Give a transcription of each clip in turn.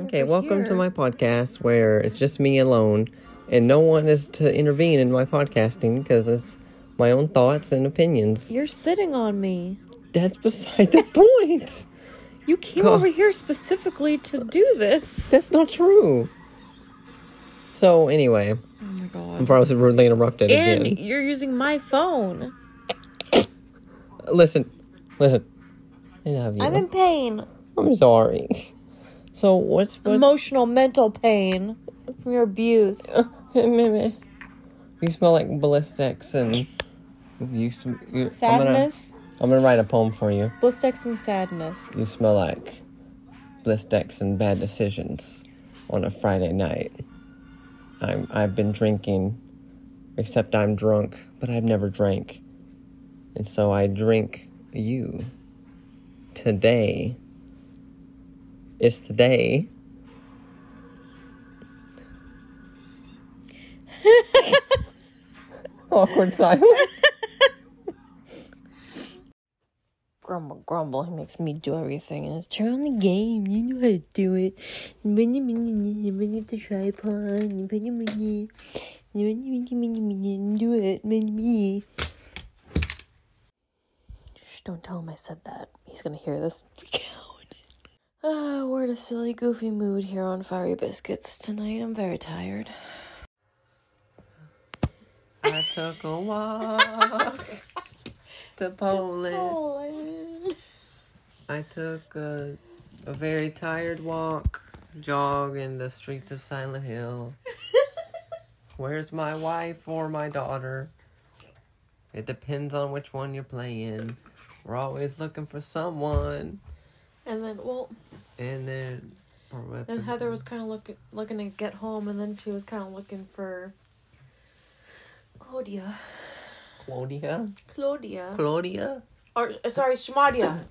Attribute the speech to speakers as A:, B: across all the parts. A: Okay, welcome to my podcast where it's just me alone and no one is to intervene in my podcasting because it's my own thoughts and opinions.
B: You're sitting on me.
A: That's beside the point.
B: You came
A: Huh.
B: over here specifically to do this.
A: That's not true. So, anyway,
B: oh my god.
A: before I was rudely interrupted
B: And
A: again.
B: you're using my phone.
A: Listen, listen. I love you.
B: I'm in pain.
A: I'm sorry. So, what's. what's
B: Emotional, mental pain from your abuse.
A: you smell like ballistics and. You, sm- you, I'm gonna-
B: Sadness,
A: I'm gonna write a poem for you.
B: blistex, and sadness.
A: You smell like blistex and bad decisions on a Friday night. I'm I've been drinking, except I'm drunk, but I've never drank, and so I drink you. Today is today. Awkward silence.
B: Grumble, grumble. He makes me do everything, and it's turn on the game. You know how to do it. Mini, mini, mini, mini, the tripod. Mini, mini, mini, mini, mini, mini, do it. Mini, mini. Shh, don't tell him I said that. He's gonna hear this and freak out. Ah, we're in a silly, goofy mood here on Fiery Biscuits tonight. I'm very tired.
A: I took a walk to Poland.
B: Oh,
A: I took a, a very tired walk, jog in the streets of Silent Hill. Where's my wife or my daughter? It depends on which one you're playing. We're always looking for someone.
B: And then, well,
A: And then.
B: then Heather was kind of looking looking to get home, and then she was kind of looking for Claudia.
A: Claudia?
B: Claudia.
A: Claudia?
B: Or uh, sorry, Shamadia.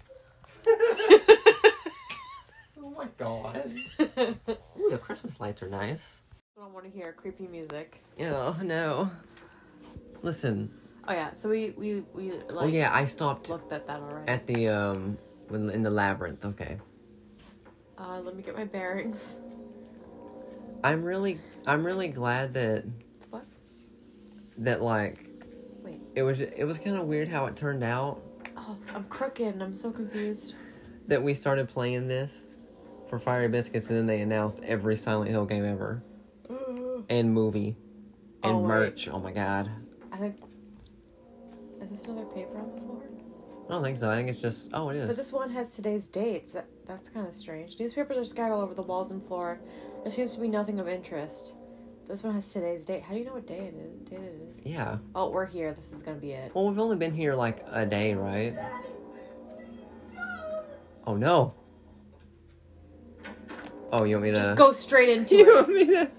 A: Oh my god.
B: I
A: Ooh, the Christmas lights are nice.
B: don't want to hear creepy music.
A: Oh, no. Listen.
B: Oh yeah, so we we we like
A: oh, yeah, I stopped
B: looked at that already.
A: at the, um, when- in the labyrinth. Okay.
B: Uh, let me get my bearings.
A: I'm really I'm really glad that
B: What?
A: that like
B: Wait.
A: it was it was kind of weird how it turned out
B: Oh, I'm crooked and I'm so confused.
A: that we started playing this for Fiery Biscuits and then they announced every Silent Hill game ever and movie and
B: Oh, right.
A: merch. Oh my god.
B: I think is this another paper on the floor?
A: I don't think so. I think it's just oh it is.
B: But this one has today's dates. That, that's kind of strange. Newspapers are scattered all over the walls and floor. There seems to be nothing of interest. This one has today's date. How do you know what day it is? Date it is?
A: yeah.
B: Oh, we're here. This is gonna be it.
A: Well, we've only been here like a day, right? Oh no. Oh, you want me to
B: Just go straight into
A: You
B: it.
A: want me to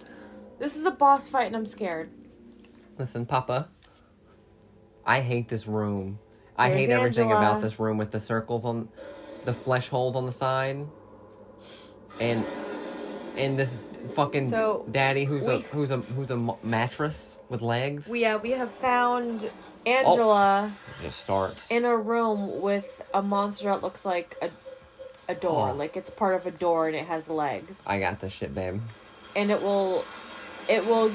B: This is a boss fight and I'm scared.
A: Listen, Papa. I hate this room. I
B: There's
A: hate everything
B: Angela.
A: about this room with the circles on the flesh holes on the side. And and this fucking
B: So,
A: daddy who's a
B: we-
A: who's a who's a m- mattress with legs.
B: We, uh, we have found Angela
A: It just starts.
B: in a room with a monster that looks like a, a door.
A: Oh.
B: Like it's part of a door and it has legs.
A: I got this shit, babe.
B: and it will. It will.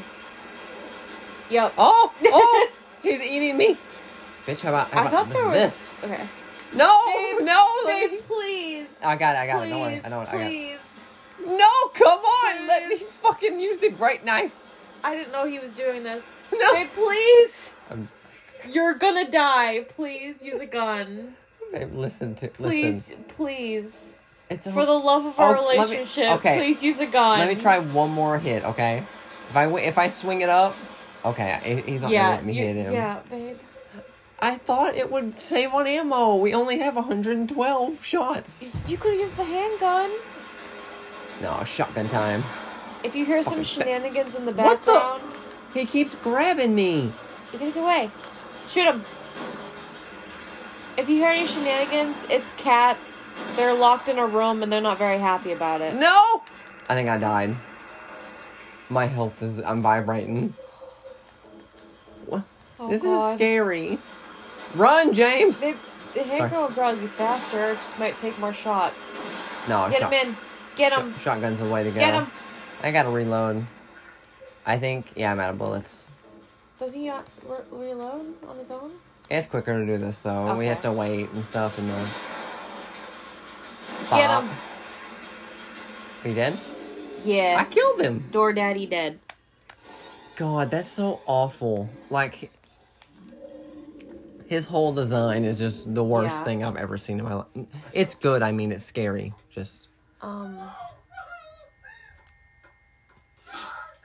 B: Yep.
A: Oh, oh, he's eating me. Bitch, how about, how
B: I
A: about
B: thought
A: this,
B: there was.
A: this?
B: Okay.
A: No,
B: Babe,
A: no,
B: Babe,
A: babe.
B: please.
A: I got it, I got it. Don't worry,
B: please,
A: I know it, I got it.
B: please.
A: No, come on, let me
B: Please.
A: fucking use the great knife.
B: I didn't know he was doing this.
A: No.
B: Babe, please.
A: I'm-
B: You're gonna die. Please use a gun.
A: Babe, listen to
B: Please,
A: listen.
B: please.
A: It's
B: For the love of our
A: Oh, let me-
B: relationship,
A: okay.
B: please use a gun.
A: Let me try one more hit, okay? If I wi- if I swing it up, okay, he- he's not
B: Yeah,
A: gonna let me
B: you-
A: hit him.
B: yeah, babe.
A: I thought it would save on ammo. We only have 112 shots.
B: You could use the handgun.
A: No, shotgun time.
B: If you hear
A: Fucking
B: some
A: ba-
B: shenanigans in the
A: What the-
B: background,
A: He keeps grabbing me.
B: you gotta get away. Shoot him. If you hear any shenanigans, it's cats. They're locked in a room and they're not very happy about it.
A: No. I think I died. My health is. I'm vibrating. What?
B: Oh,
A: this is
B: God.
A: scary. Run, James.
B: They, the handgun will probably be faster. It just might take more shots.
A: no,
B: Get
A: shot.
B: him in. Get him.
A: Shotgun's the way to go.
B: Get him.
A: I gotta reload. I think, yeah, I'm out of bullets.
B: Does he uh, not re- reload on his own?
A: It's quicker to do this though. We
B: Okay.
A: have to wait and stuff and then.
B: Get
A: Pop.
B: him.
A: We did?
B: Yes.
A: I killed him.
B: Door Daddy dead.
A: God, that's so awful. Like, his whole design is just the worst
B: Yeah.
A: thing I've ever seen in my life. It's good, I mean, it's scary. Just.
B: Um,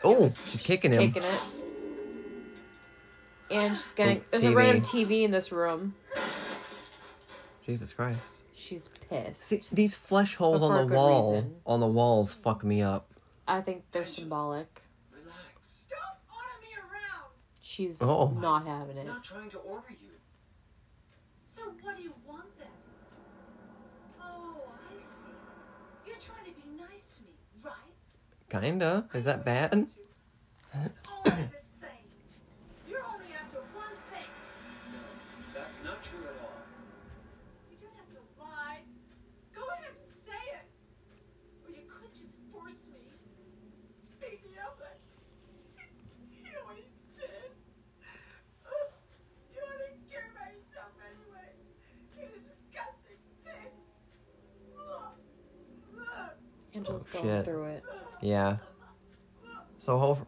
A: Oh, she's kicking him.
B: kicking it. And she's gonna.
A: Ooh,
B: there's
A: TV.
B: a random TV in this room.
A: Jesus Christ.
B: She's pissed.
A: See, these flesh holes
B: for a
A: on the
B: good
A: wall,
B: reason.
A: on the walls, fuck me up.
B: I think they're symbolic.
C: Relax. Don't order me around.
B: She's
A: Oh.
B: not having it.
C: Not trying to order you. So what do you want then? Oh, I see. You're trying to be nice to me, right?
A: Kinda. Is that bad?
C: It's always the same. You're only after one thing. No, that's not true at all. You don't have to lie. Go ahead and say it. Or you could just force me. Speaking of it, he always did. You ought to care about yourself anyway. You disgusting pig. Look, look.
B: Angela's
A: Oh,
B: going
A: shit.
B: through it.
A: Yeah. So her,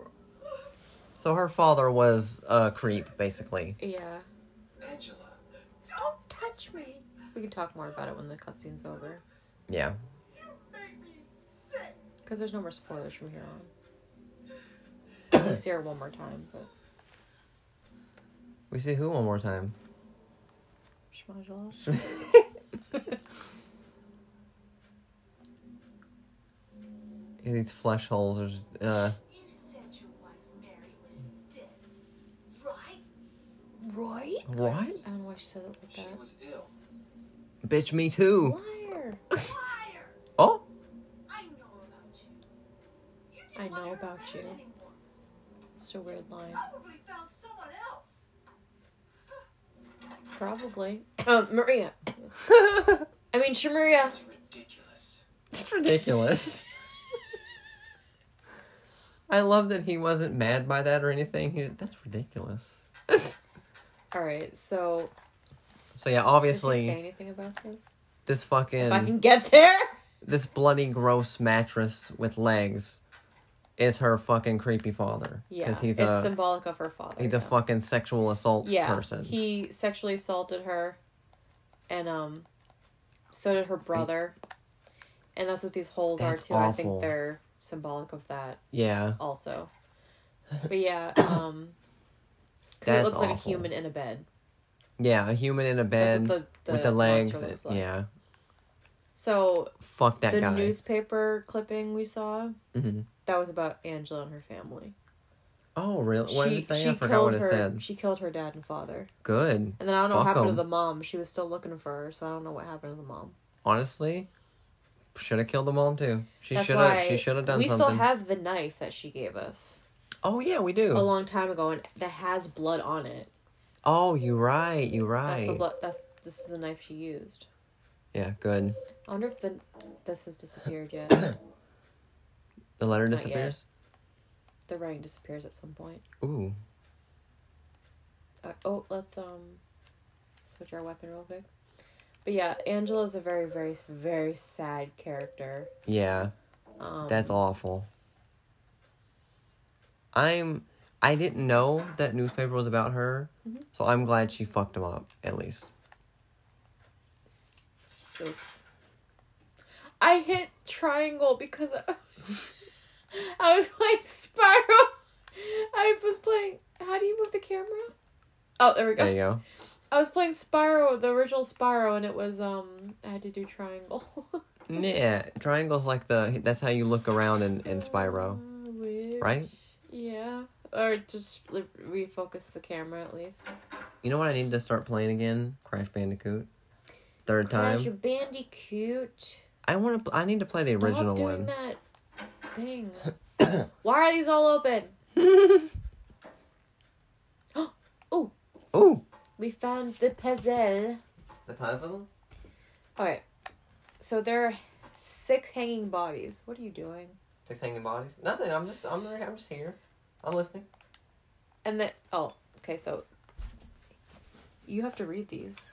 A: so her father was a creep, basically.
B: Yeah.
C: Angela.
B: Don't touch me. We can talk more about it when the cutscene's over.
A: Yeah.
C: You make me sick.
B: Because there's no more spoilers from here on. we see her one more time, but
A: We see who one more time.
B: Shmajala.
A: Yeah, these flesh holes. There's, uh,
C: You said your wife Mary was dead, right?
B: Roy?
A: what?
B: I don't know why she said it like that.
C: was ill.
A: Bitch, me too.
B: Liar.
C: Liar!
A: Oh,
C: I know about you. You didn't
B: I
C: want
B: know
C: her
B: about
C: around
B: you.
C: Anymore.
B: It's a weird line.
C: Probably found someone else.
B: Probably. Um, Maria. I mean, Shamaria.
C: ridiculous.
A: it's ridiculous. I love that he wasn't mad by that or anything. He, that's ridiculous.
B: Alright, so.
A: So yeah,
B: Did you say
A: obviously
B: anything about this?
A: this fucking.
B: If I can get there!
A: this bloody gross mattress with legs is her fucking creepy father.
B: Yeah.
A: Because he's
B: it's
A: a
B: symbolic of her father.
A: he's a
B: now.
A: fucking sexual assault
B: yeah,
A: person.
B: He sexually assaulted her, and um, so did her brother, and that's what these holes
A: That's
B: are too. I
A: awful.
B: think they're symbolic of that
A: yeah.
B: also. But yeah, um, 'cause
A: That's
B: it looks like a
A: awful.
B: human in a bed.
A: Yeah, a human in a
B: That's
A: bed
B: what the, the
A: with the
B: monster
A: legs.
B: looks like.
A: Yeah.
B: So
A: Fuck that
B: the
A: guy.
B: newspaper clipping we saw
A: Mhm.
B: that was about Angela and her family.
A: Oh really? What did it say? I forgot
B: killed
A: what it
B: her.
A: said.
B: She killed her dad and father,
A: Good.
B: and then I don't know what
A: Fuck
B: happened
A: 'em.
B: to the mom. She was still looking for her, so I don't know what happened to the mom.
A: Honestly, should have killed them all too. She
B: That's
A: should
B: why
A: have. She should have done
B: We
A: something.
B: still have the knife that she gave us
A: oh yeah, we do.
B: a long time ago, and that has blood on it.
A: oh, you right. You
B: That's the
A: right.
B: blood. That's this is the knife she used.
A: yeah. Good.
B: I wonder if the this has disappeared yet.
A: The letter
B: Not yet.
A: disappears.
B: the writing disappears at some point.
A: Ooh.
B: Uh, oh, let's um switch our weapon real quick. But yeah, Angela's a very, very, very sad character.
A: Yeah.
B: Um,
A: That's awful. I'm. I didn't know that newspaper was about her,
B: Mm-hmm.
A: so I'm glad she fucked him up at least.
B: Oops. I hit triangle because I, I was playing Spiral. I was playing. How do you move the camera? Oh, there we go.
A: There you go.
B: I was playing Spyro, the original Spyro, and it was um. I had to do triangle.
A: Yeah, triangles like the. That's how you look around in, in Spyro,
B: Uh, which-
A: right?
B: Yeah, or just re- refocus the camera at least.
A: You know what? I need to start playing again. Crash Bandicoot. Third
B: Crash
A: time.
B: Bandicoot.
A: I want to. I need to play the
B: Stop
A: original one.
B: doing that thing. Why are these all open? Oh.
A: Ooh,
B: We found the puzzle.
A: the puzzle.
B: All right. So they're Six hanging bodies. What are you doing?
A: Six hanging bodies. Nothing. I'm just. I'm. I'm just here. I'm listening.
B: And then oh, okay, so you have to read these.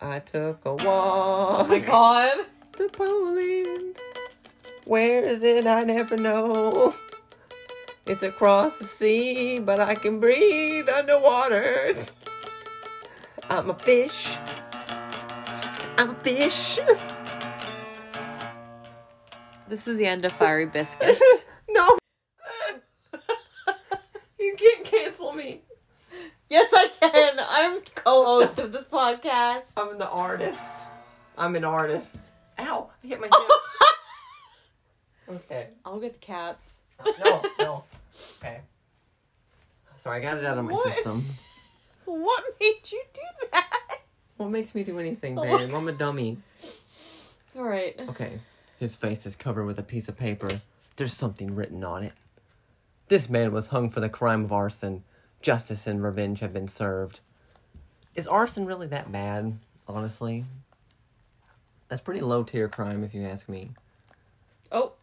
A: I took a walk.
B: Oh my god.
A: to Poland. Where is it? I never know. It's across the sea, but I can breathe underwater. I'm a fish. I'm a fish.
B: This is the end of Fiery Biscuits.
A: no. you can't cancel me.
B: yes, I can. I'm co-host of this podcast.
A: I'm the artist. I'm an artist. Ow! I hit my hip. okay.
B: I'll get the cats.
A: No, no. Okay. Sorry, I got it out of my
B: What?
A: system.
B: What made you do that?
A: What makes me do anything,
B: Oh.
A: babe? I'm a dummy.
B: All right.
A: Okay. His face is covered with a piece of paper. There's something written on it. This man was hung for the crime of arson. Justice and revenge have been served. Is arson really that bad, honestly? That's pretty low tier crime, if you ask me.
B: Oh,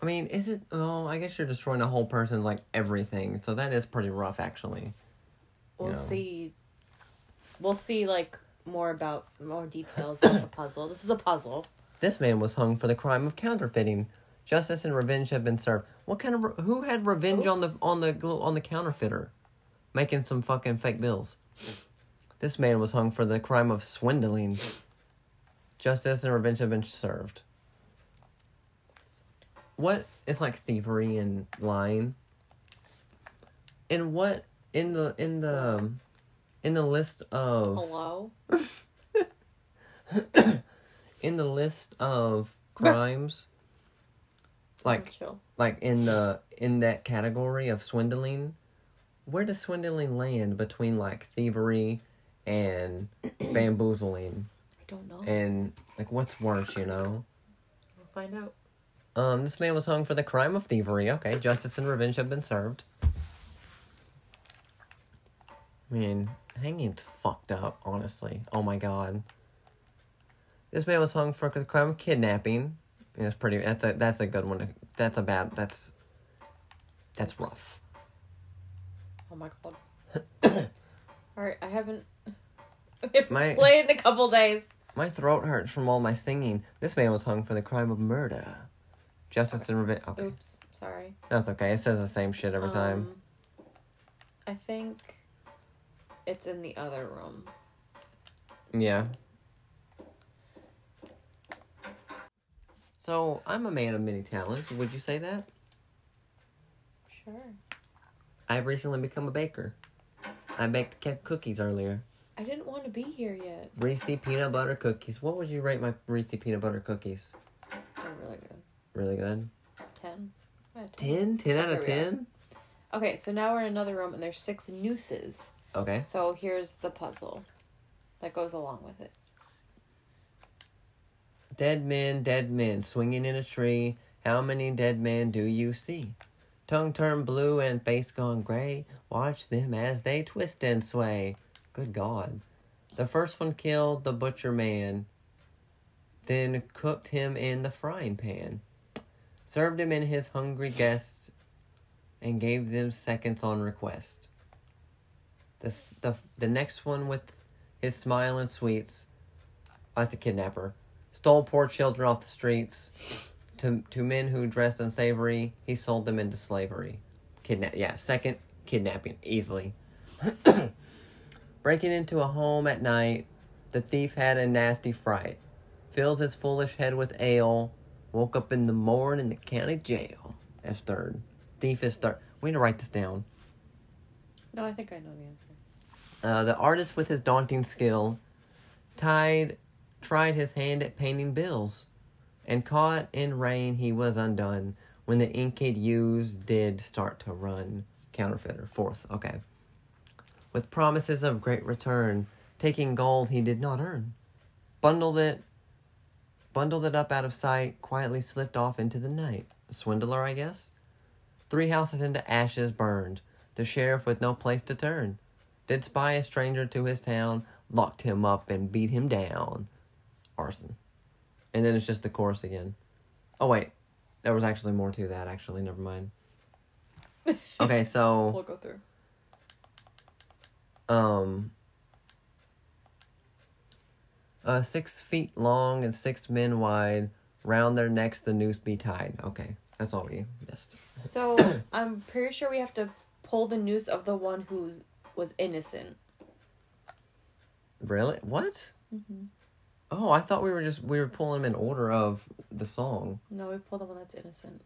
A: I mean, is it? Oh, I guess you're destroying a whole person's like everything, so that is pretty rough, actually.
B: we'll
A: Yeah.
B: see. We'll see like more about more details about the puzzle. This is a puzzle.
A: This man was hung for the crime of counterfeiting. Justice and revenge have been served. What kind of re- who had revenge on the
B: Oops.
A: on the gl- on the counterfeiter, making some fucking fake bills? This man was hung for the crime of swindling. Justice and revenge have been served. What it's like thievery and lying. And what in the in the um, in the list of
B: Hello.
A: in the list of crimes like
B: chill.
A: like in the in that category of swindling where does swindling land between like thievery and bamboozling
B: I don't know.
A: and like what's worse you know
B: We'll find out.
A: um this man was hung for the crime of thievery okay justice and revenge have been served i mean hanging's fucked up honestly oh my god this man was hung for the crime of kidnapping that's pretty that's a that's a good one to- that's a bad that's that's rough
B: Oh my god. All right, I haven't. I haven't
A: My-
B: played in a couple days.
A: My throat hurts from all my singing. This man was hung for the crime of murder. Justice and revenge. Okay,
B: Oops, sorry.
A: that's okay. It says the same shit every time.
B: Oh. Um, I think it's in the other room.
A: Yeah. So I'm a man of many talents. Would you say that?
B: Sure.
A: I've recently become a baker. I baked ca- cookies earlier.
B: I didn't want to be here yet.
A: Reese peanut butter cookies. What would you rate my Reese peanut butter cookies?
B: They're really good.
A: Really good.
B: Ten. I had 10.
A: 10? 10 out of
B: There we are.
A: 10?
B: Okay, so now we're in another room and there's six nooses.
A: Okay.
B: So here's the puzzle that goes along with it.
A: Dead men, dead men, swinging in a tree. How many dead men do you see? Tongue turned blue and face gone gray. Watch them as they twist and sway. Good God. The first one killed the butcher man, then cooked him in the frying pan, served him and his hungry guests, and gave them seconds on request. The, s- the, the next one with his smile and sweets. Oh, that's the kidnapper stole poor children off the streets to to men who dressed unsavory. He sold them into slavery. Kidnap. Yeah, second kidnapping easily. Breaking into a home at night, the thief had a nasty fright. Filled his foolish head with ale. Woke up in the morn in the county jail. That's third. Thief is third. We need to write this down.
B: No, I think I know the answer.
A: Uh, the artist with his daunting skill tied tried his hand at painting bills and caught in rain he was undone when the ink he'd used did start to run counterfeiter fourth okay with promises of great return taking gold he did not earn bundled it bundled it up out of sight quietly slipped off into the night swindler i guess three houses into ashes burned the sheriff with no place to turn did spy a stranger to his town, locked him up, and beat him down. Arson. And then it's just the chorus again. Oh wait, there was actually more to that. Actually, never mind. Okay, so
B: We'll go through.
A: um, uh, six feet long and six men wide. Round their necks, the noose be tied. Okay, that's all we missed.
B: So I'm pretty sure we have to pull the noose of the one who was innocent.
A: Really? What? Oh, I thought we were just we were pulling them in order of the song.
B: No, we pull the one that's innocent.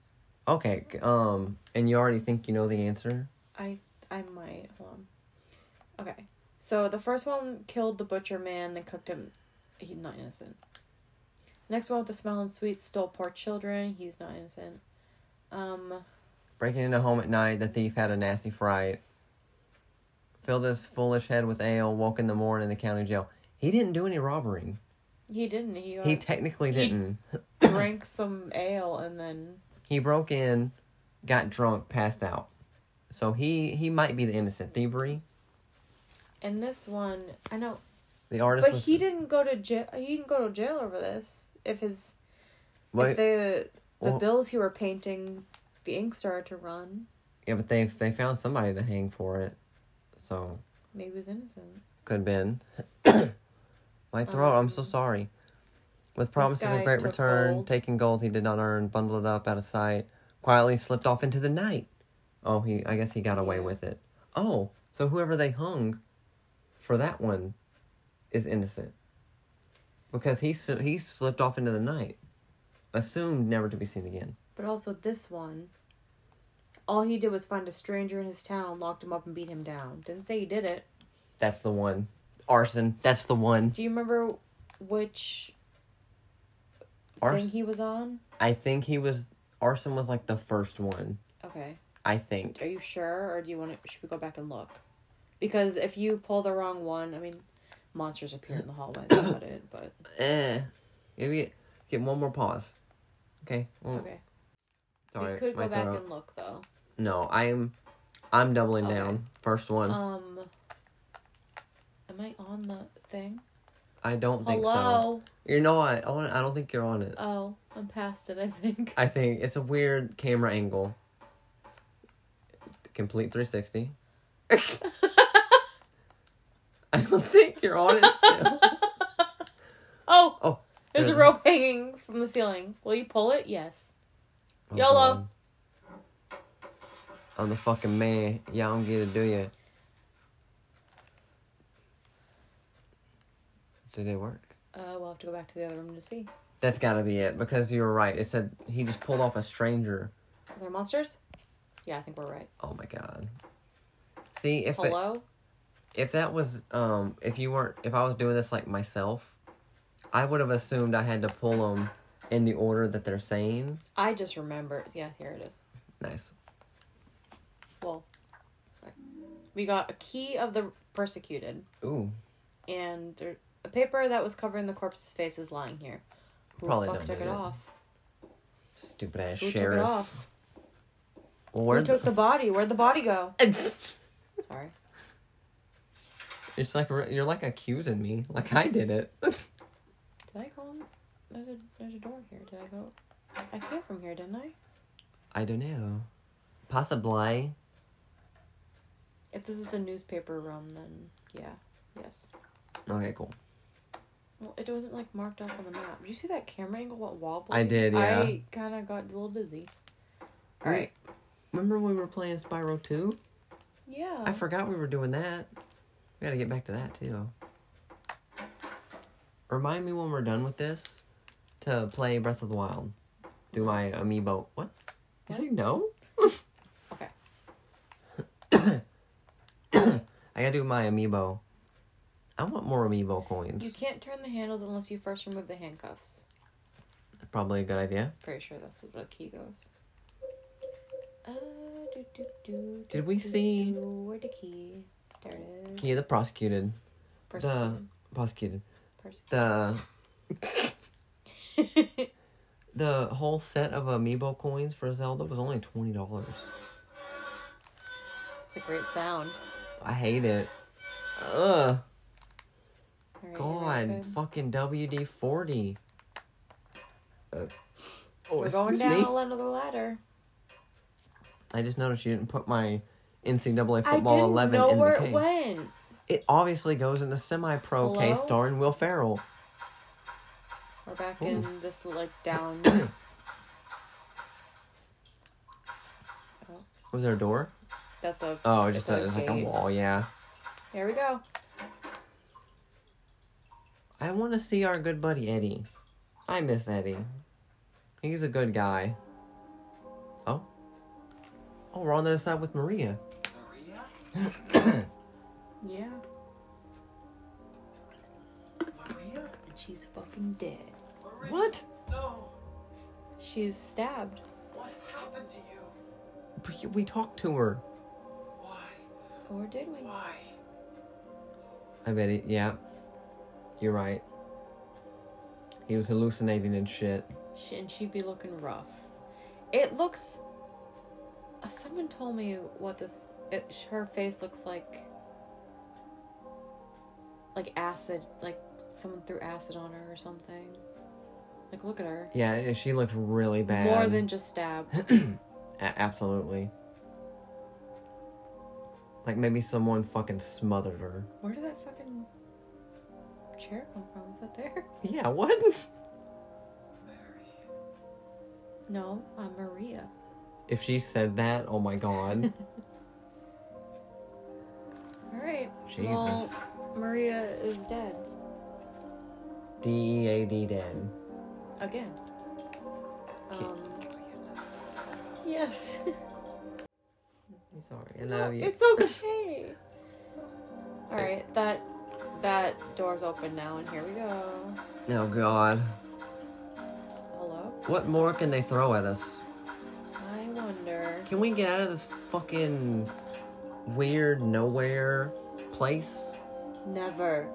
A: Okay, g- um, and you already think you know the answer?
B: I I might. Hold on. Okay. So the first one killed the butcher man, then cooked him. He's not innocent. Next one with the smell and sweet stole poor children. He's not innocent. Um,
A: Breaking into home at night, the thief had a nasty fright. Filled his foolish head with ale, woke in the morning in the county jail. He didn't do any robbery.
B: he didn't. He,
A: He
B: uh,
A: technically
B: He-
A: didn't.
B: drank some ale and then
A: He broke in, got drunk, passed out. So he he might be the innocent thievery.
B: and this one I know,
A: The artist
B: but
A: was
B: he didn't go to jail. He didn't go to jail over this. If his
A: Wait,
B: if the the
A: well-
B: bills he were painting, the ink started to run.
A: yeah, but they they found somebody to hang for it. So
B: Maybe he was innocent.
A: could have been. My throat, I'm so
B: Um,
A: sorry. With promises of
B: guy
A: great
B: took
A: return,
B: gold.
A: taking gold he did not earn, bundled it up out of sight, quietly slipped off into the night. Oh, he I guess he got away
B: Yeah.
A: with it. Oh, so whoever they hung for that one is innocent. Because he s- he slipped off into the night, assumed never to be seen again.
B: But also this one. All he did was find a stranger in his town, locked him up, and beat him down. Didn't say he did it.
A: That's the one. Arson, that's the one.
B: Do you remember which
A: Arson,
B: thing he was on?
A: I think he was arson was like the first one,
B: Okay.
A: I think.
B: Are you sure, or do you want to? Should we go back and look? Because if you pull the wrong one, I mean, monsters appear in the hallway. That's about it. But
A: Eh. Maybe get, get one more pause. Okay. Well,
B: okay,
A: Sorry.
B: we could
A: Oh, my
B: go back
A: throat.
B: and look though.
A: No, I'm I'm doubling
B: Okay.
A: down. First one.
B: Um, am I on the thing?
A: I don't think so.
B: Hello.
A: You're not. I don't- I don't think you're on it.
B: Oh, I'm past it. I think.
A: I think it's a weird camera angle. Complete 360. I don't think you're on it still.
B: oh,
A: Oh,
B: there's a
A: there's-
B: rope hanging from the ceiling. Will you pull it? Yes.
A: Oh,
B: YOLO.
A: God. I'm the fucking man. Y'all don't get it, do ya? Did it work?
B: Uh, we'll have to go back to the other room to see.
A: That's gotta be it because you were right. It said he just pulled off a stranger.
B: Are there monsters? Yeah, I think we're right.
A: Oh my god. See if it,
B: Hello.
A: if that was um if you weren't if I was doing this like myself, I would have assumed I had to pull them in the order that they're saying.
B: I just remembered. Yeah, here it is.
A: Nice.
B: Well, we got a key of the persecuted,
A: Ooh,
B: and there, a paper that was covering the corpse's face is lying here. Who
A: Probably
B: the
A: don't
B: fuck took
A: need
B: it
A: it.
B: off?
A: stupid ass
B: Who
A: sheriff.
B: took it off?
A: Well,
B: Who
A: where'd
B: took the body? Where'd the body go?
A: the-
B: Sorry.
A: It's like you're like accusing me, like I did it.
B: Did I go? in- There's a there's a door here. Did I go? I came from here, didn't I?
A: I don't know. Possibly.
B: If this is the newspaper room, then yeah, yes.
A: Okay, cool.
B: Well, it wasn't like marked off on the map. Did you see that camera angle went wobbly?
A: I did,
B: I kind of got a little dizzy. All
A: We-
B: right.
A: Remember when we were playing Spyro Two?
B: Yeah.
A: I forgot we were doing that. We gotta get back to that too. Remind me when we're done with this to play Breath of the Wild. Do my amiibo. What? You say no?
B: Okay.
A: I gotta do my amiibo. I want more amiibo coins.
B: You can't turn the handles unless you first remove the handcuffs.
A: Probably a good idea.
B: Pretty sure that's where the key goes. Uh, do, do, do,
A: Did we see-
B: Where the key? There it is.
A: Yeah, the prosecuted.
B: Persecuted.
A: Prosecuted.
B: Persecuted.
A: The the whole set of amiibo coins for Zelda was only twenty dollars.
B: it's a great sound.
A: I hate it. Ugh.
B: All right, you
A: God,
B: ready, babe?
A: fucking WD forty. Uh, Oh,
B: We're going
A: excuse
B: down
A: me.
B: another ladder.
A: I just noticed you didn't put my NCAA
B: I
A: football
B: didn't
A: eleven
B: know
A: in the
B: where it
A: case.
B: went.
A: It obviously goes in the semi-pro
B: Hello?
A: case starring Will Ferrell.
B: We're back
A: Ooh.
B: in this like down.
A: Was there a door?
B: That's a.
A: Oh, it just
B: It's like
A: it was like a
B: gate.
A: wall. Yeah.
B: Here we go.
A: I want to see our good buddy Eddie. I miss Eddie. He's a good guy. Oh. Oh, we're on the other side with Maria.
C: Maria?
B: Yeah.
C: Maria?
D: And she's fucking dead.
C: Maria?
A: What?
C: No.
B: She's stabbed.
C: What happened to you?
A: We- We talked to her.
C: Why?
B: Or did we?
C: Why?
A: I bet it. Yeah. You're right. He was hallucinating and shit.
B: She, and she'd be looking rough. It looks. Uh, someone told me what this. It, sh- her face looks like. Like acid. Like someone threw acid on her or something. Like, look at her.
A: Yeah, and she looked really bad.
B: More than just stabbed.
A: A- absolutely. Like maybe someone fucking smothered her.
B: Where did that fucking chair come from? Is that there?
A: Yeah. What?
C: Mary.
B: No, I'm Maria.
A: If she said that, oh my god.
B: All right.
A: Jesus.
B: Well, Maria is dead
A: D E A D dead.
B: again.
A: Okay.
B: Um, yes.
A: I'm sorry. I love you.
B: Oh, It's okay. All right, that that door's open now, and here we go.
A: Oh god.
B: Hello.
A: What more can they throw at us?
B: I wonder.
A: Can we get out of this fucking weird nowhere place?
B: Never.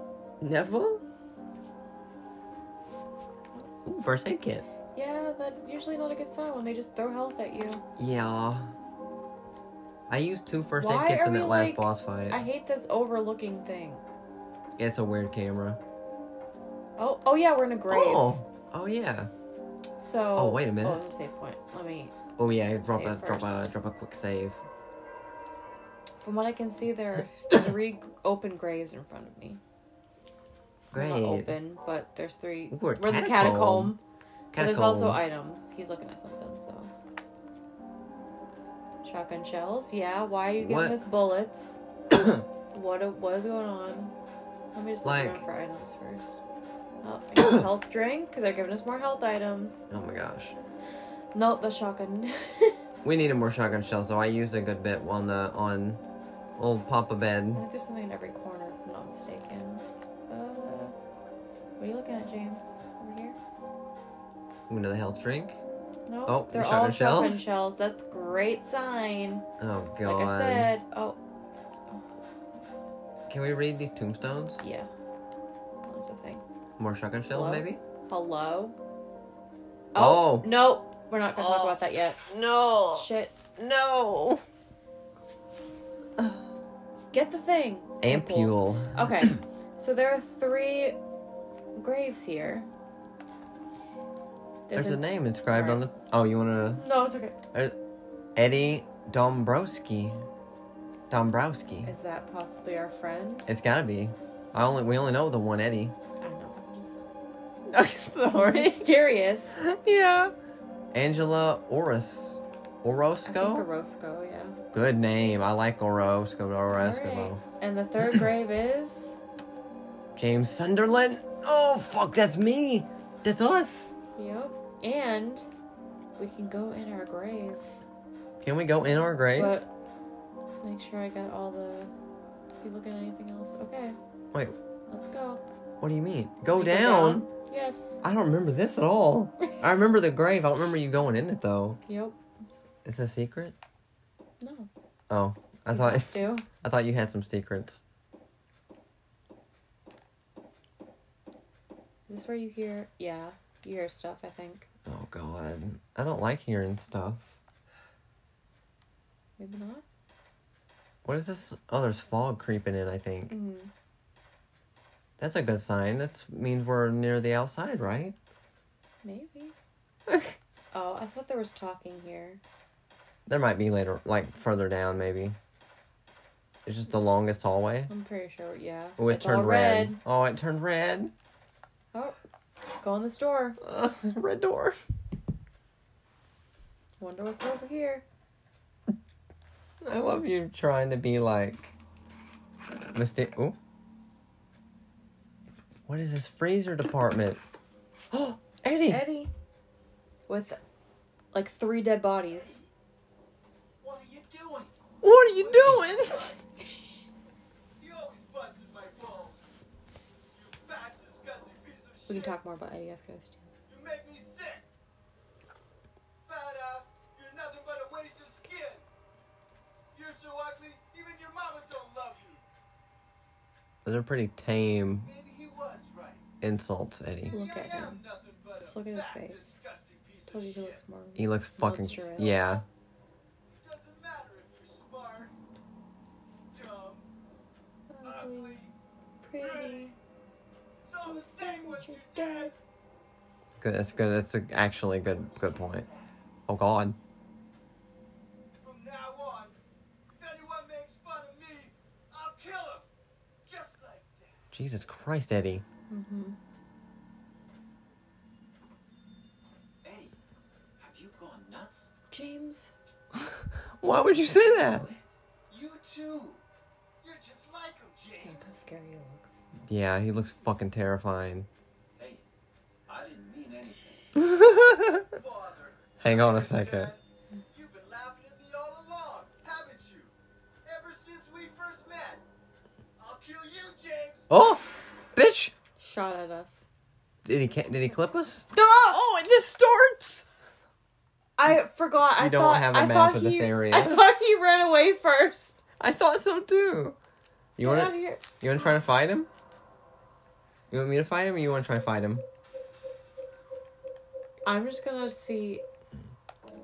A: Never? Ooh, first aid kit.
B: Yeah, that's usually not a good sign when they just throw health at you.
A: Yeah. I used two first
B: Why
A: aid kits
B: are
A: in
B: we
A: that last
B: like-
A: boss fight.
B: I hate this overlooking thing.
A: It's a weird camera.
B: Oh, oh yeah, we're in a grave.
A: Oh. Oh yeah.
B: So.
A: Oh, wait a minute.
B: Oh, that's a safe point. Let me.
A: Oh yeah. Drop
B: Save
A: a drop a
B: first.
A: drop a quick save.
B: From what I can see, there are three open graves in front of me.
A: Great.
B: Not open, but there's three.
A: Ooh,
B: we're
A: a
B: in the
A: catacomb.
B: catacomb. But there's also
A: Catacomb.
B: items. He's looking at something, so. Shotgun shells. Yeah, why are you giving
A: What?
B: us bullets? what, a- what is going on? Let me just look
A: Like-
B: around for items first. Oh, I got a health drink, because they're giving us more health items.
A: Oh my gosh.
B: Nope, the shotgun.
A: We needed more shotgun shells, so I used a good bit on the on old Papa
B: I
A: Bed.
B: think there's something in every corner, if I'm not mistaken. Uh, what are you looking at, James? Over here?
A: Ooh, another health drink.
B: No,
A: Oh,
B: they're
A: shotgun
B: all shotgun
A: shells?
B: shells. That's a great sign.
A: Oh god.
B: Like I said. Oh,
A: Can we read these tombstones?
B: yeah. That was the thing.
A: More shotgun shells,
B: Hello?
A: maybe?
B: Hello?
A: Oh.
B: No, we're not going to talk
A: Oh.
B: about that yet.
A: No.
B: Shit.
A: No.
B: Get the thing.
A: Ampule.
B: Okay, so there are three graves here.
A: There's, a,
B: an-
A: name inscribed
B: sorry.
A: on the. Oh, you wanna. uh,
B: No, it's okay.
A: Eddie Dombrowski. Dombrowski.
B: Is that possibly our friend?
A: It's gotta be. I only we only know the one Eddie.
B: I don't know. I'm just
A: I'm sorry.
B: mysterious.
A: yeah. Angela Oris.
B: I think
A: Orozco.
B: Orozco, yeah.
A: Good name. I like Orozco. Orozco.
B: Alright. And the third grave is
A: James Sunderland. Oh fuck, that's me. That's us.
B: Yep. And we can go in our grave.
A: Can we go in our grave?
B: But make sure I got all the. You looking at anything else? Okay.
A: Wait.
B: Let's go.
A: What do you mean? Go
B: We
A: down.
B: Yes.
A: I don't remember this at all. I remember the grave. I don't remember you going in it though.
B: Yep.
A: It's a secret.
B: No.
A: Oh, I
B: You
A: thought
B: have to.
A: I thought you had some secrets.
B: Is this where you hear? Yeah. You hear stuff. I think.
A: Oh God, I don't like hearing stuff.
B: Maybe not.
A: What is this? Oh, there's fog creeping in. I think
B: Mm.
A: that's a good sign. That means we're near the outside, right?
B: Maybe. Oh, I thought there was talking here.
A: There might be later, like further down, maybe. It's just the longest hallway.
B: I'm pretty sure. Yeah.
A: Oh, it
B: It's all
A: turned red. Oh, it turned red.
B: Oh, let's go in the store.
A: Uh, red door.
B: Wonder what's over here.
A: I love you trying to be like. Mystic. Ooh. What is this freezer department? Oh, Eddie.
B: Eddie, with like three dead bodies.
C: What are you doing?
A: What are you doing?
C: You always busted my balls. You fat, disgusting piece of shit.
B: We can talk more about Eddie after this. Too.
C: You make me sick. Fat ass, you're nothing but a waste of skin. You're so ugly, even your mama don't love you.
A: Those are pretty tame
C: Maybe he was right.
A: insults, Eddie.
B: Look
C: Maybe
B: at
C: I
B: him.
C: am nothing but
B: Just
C: a
B: look at his
C: fat,
B: face.
C: disgusting piece
B: Told you
C: of
B: he
C: shit.
B: looks more.
A: He looks fucking.
B: Monstrous.
A: Yeah.
C: Doesn't matter if you're smart, dumb,
B: ugly,
C: ugly,
B: pretty.
C: pretty. It's all the same once you're dead.
A: Good. That's good. That's a, actually a good good point. Oh God.
C: From now on, if anyone makes fun of me, I'll kill him. Just like that.
A: Jesus Christ, Eddie.
B: Mm-hmm.
C: Eddie, have you gone nuts?
B: James.
A: Why would you say that?
C: You too. You're just like him, James.
B: Look how scary he looks.
A: Yeah, he looks fucking terrifying.
C: Hey, I didn't mean anything.
A: Hang
C: Father.
A: on a second.
C: You've been laughing at me all along, haven't you? Ever since we first met. I'll kill you, James.
A: Oh, bitch!
B: Shot at us.
A: Did he ca- did he clip us? Oh, it just starts.
B: I forgot. I
A: You don't
B: thought,
A: have a
B: I
A: map
B: thought
A: of this
B: he,
A: area.
B: I thought he ran away first.
A: I thought so too. You
B: Get out of
A: wanna
B: here.
A: you wanna try to fight him? You want me to fight him, or you wanna try to fight him?
B: I'm just gonna see.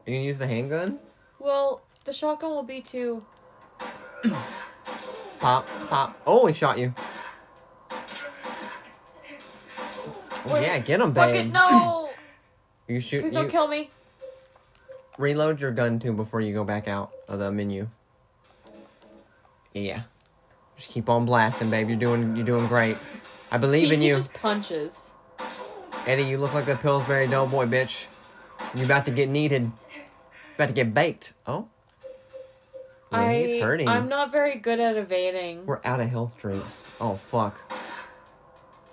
A: You can use the handgun.
B: Well, the shotgun will be to.
A: Pop, pop. Oh, he shot you. Oh, yeah, get him,
B: Fuck
A: babe.
B: it, no!
A: You shoot.
B: Please
A: you-
B: don't kill me.
A: Reload your gun too before you go back out of the menu. Yeah. Just keep on blasting, babe. You're doing you're doing great. I believe
B: See,
A: in
B: he
A: you.
B: just punches.
A: Eddie, you look like the Pillsbury Doughboy, bitch. You about to get kneaded. About to get baked. Oh. Yeah,
B: I,
A: he's hurting.
B: I'm not very good at evading.
A: We're out of health drinks. Oh fuck.